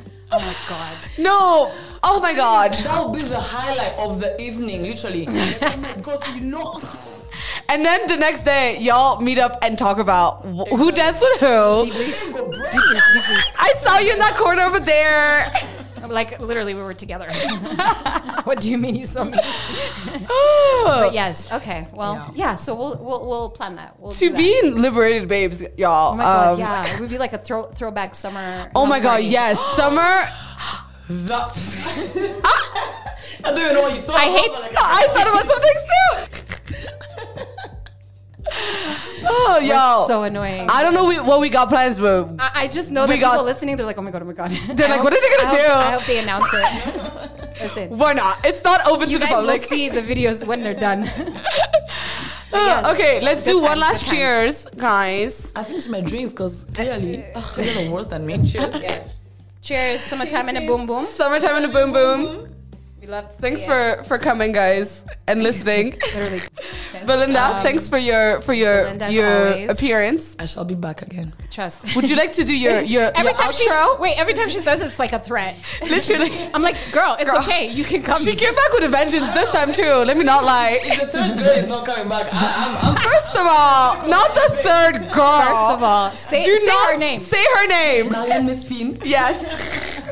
A: oh my god.
B: No. Oh my god.
C: That would be the highlight of the evening, literally. Like, oh my god, so you know.
B: And then the next day, y'all meet up and talk about wh- who danced with who.
A: Debrief,
C: Go break.
A: debrief, debrief.
B: I saw you in that corner over there.
A: Like literally, we were together. what do you mean you saw me? But yes, okay. Well, yeah. so we'll we'll we'll plan that. We'll do
B: to
A: that.
B: be in liberated babes, y'all.
A: Oh my god,
B: um,
A: yeah, it would be like a throw, throwback summer.
B: Oh my
A: house
B: god,
A: party.
B: yes. Summer.
C: That. I don't even know what you thought.
A: Ah! I
C: about,
A: hate-
C: but, like,
B: I thought about some things too. oh,
A: We're
B: y'all.
A: so annoying. I,
B: I don't know we, what we got plans, but
A: I, just know
B: We
A: that
B: got-
A: people listening, they're like, oh my god, oh my god.
B: They're
A: I
B: like, what are they gonna
A: I hope-
B: do?
A: I hope they announce it. Listen,
B: we're not. It's not open
A: you
B: to the
A: guys
B: public.
A: will see the videos when they're done.
B: Uh,
A: yes.
B: Okay, let's
A: Good
B: do one
A: times,
B: last
A: good times.
B: cheers, guys.
C: I finished my drinks because clearly they're the worse than me. Cheers.
A: Cheers, summertime and a boom boom.
B: Summertime and a boom boom.
A: We love. To
B: Thanks
A: see it.
B: for for coming, guys, and listening.
A: literally.
B: Belinda, thanks for your for your
A: Belinda, as
B: your
A: always.
B: appearance.
C: I shall be back again.
A: Trust.
B: Would you like to do your your,
A: Every
B: your
A: time she
B: outro?
A: wait, every time she says it, it's like a threat.
B: Literally,
A: I'm like, girl, it's
B: Girl.
A: okay. You can come.
B: she came back with a vengeance this time too. Let me not lie.
C: If the third girl is not coming back, I, I'm, I'm
B: First of all, not the third girl.
A: First of all, say,
B: do
A: say
B: not
A: her name.
B: Say her name.
C: Marianne Miss Finn.
B: Yes.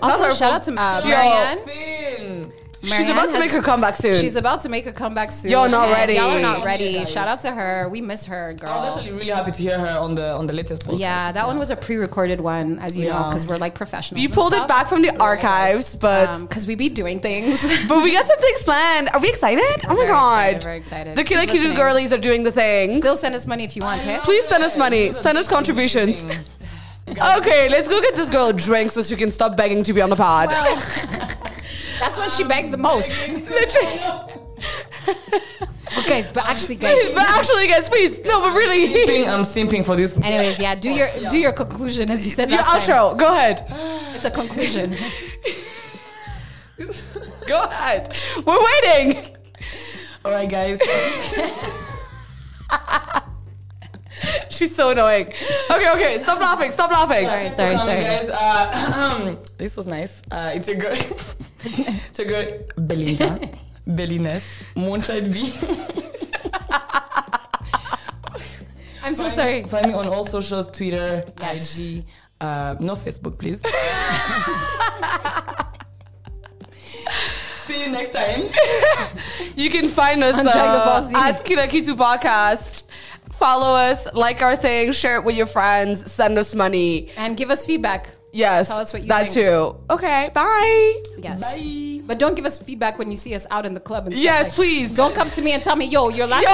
A: also,
B: her
A: shout out to uh,
B: Yo.
A: Marianne.
C: Finn.
B: She's about to
A: has-
B: make her comeback soon.
A: She's about to make a comeback soon.
B: Y'all not
A: and
B: ready. Oh,
A: Y'all are not
C: Yeah,
A: ready.
C: guys.
A: Shout out to her. We miss her,
C: I was
A: girl.
C: actually really happy to hear her on the on the latest podcast.
A: Yeah, that one was a pre-recorded one, as you know,
C: Yeah.
A: because we're like professionals.
B: you pulled it back from the archives, but
A: because we be doing things.
B: but we got some things planned. Are we excited? Oh my
A: Very
B: god.
A: excited, very excited.
B: The
A: Keep
B: Kila Kidu
A: listening.
B: girlies are doing the thing.
A: Still send us money if you want. Hey,
B: Please send us money. Send us contributions. Okay, let's go get this girl drinks so she can stop begging to be on the pod.
A: Well, that's when she begs the
C: Oh,
A: most.
B: Literally.
A: But guys, but actually, guys.
B: Please, but actually, guys, please. No, but really.
C: Simping, I'm simping for this.
A: Anyways, yeah, do your do your conclusion as you said
B: Your
A: last time.
B: outro. Go ahead.
A: It's a conclusion.
B: Go ahead. We're waiting.
C: All right, guys.
B: She's so annoying. Okay, okay. Stop laughing. Stop laughing.
A: sorry,
C: Thanks
A: sorry,
C: for coming,
A: sorry.
C: guys. Uh, this was nice. Uh, it's your girl. it's your girl, Belinda. Belines. Moonshine B.
A: I'm so sorry.
C: Find me on all socials Twitter,
A: Yes.
C: IG. Uh, no Facebook, please. See you next time.
B: You can find us
A: On Dragon Ball
B: uh,
A: Z.
B: at Kinakitu Podcast. Follow us, like our thing, share it with your friends, send us money.
A: And give us feedback.
B: Yes,
A: Tell us what you
B: that
A: think.
B: too. Okay, bye.
A: Yes.
C: Bye.
A: But don't give us feedback when you see us out in the club. And stuff
B: Yes,
A: like-
B: please.
A: Don't come to me and tell me, yo, your last
B: Yo,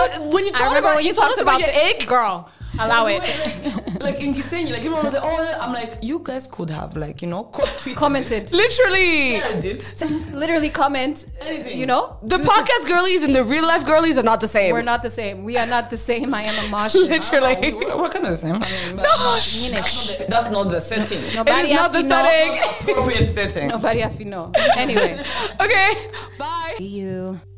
A: episode.
B: you- when you
A: I
B: told
A: remember
B: about-
A: when
B: you
A: you
B: told
A: talked
B: us about
A: about,
B: your
A: the egg, girl. Allow it.
C: like in Gisenyi, like everyone was like, oh, I'm like, you guys could have, like, you know, caught tweet.
A: Commented.
B: Literally,
C: I did.
A: Literally comment.
C: Anything.
A: You know?
B: the
A: Do some-
B: podcast girlies and the real life girlies are not the same.
A: We're not the same. We are not the same. I am a mosh.
B: Literally,
C: We're, we're kind of the same. I mean, but
A: Meanish.
C: that's not the setting.
B: it
A: Nobody
B: is not
A: have
B: the
A: to know.
B: setting.
C: Appropriate setting.
A: Nobody have to know. Anyway.
B: okay, bye.
A: See you.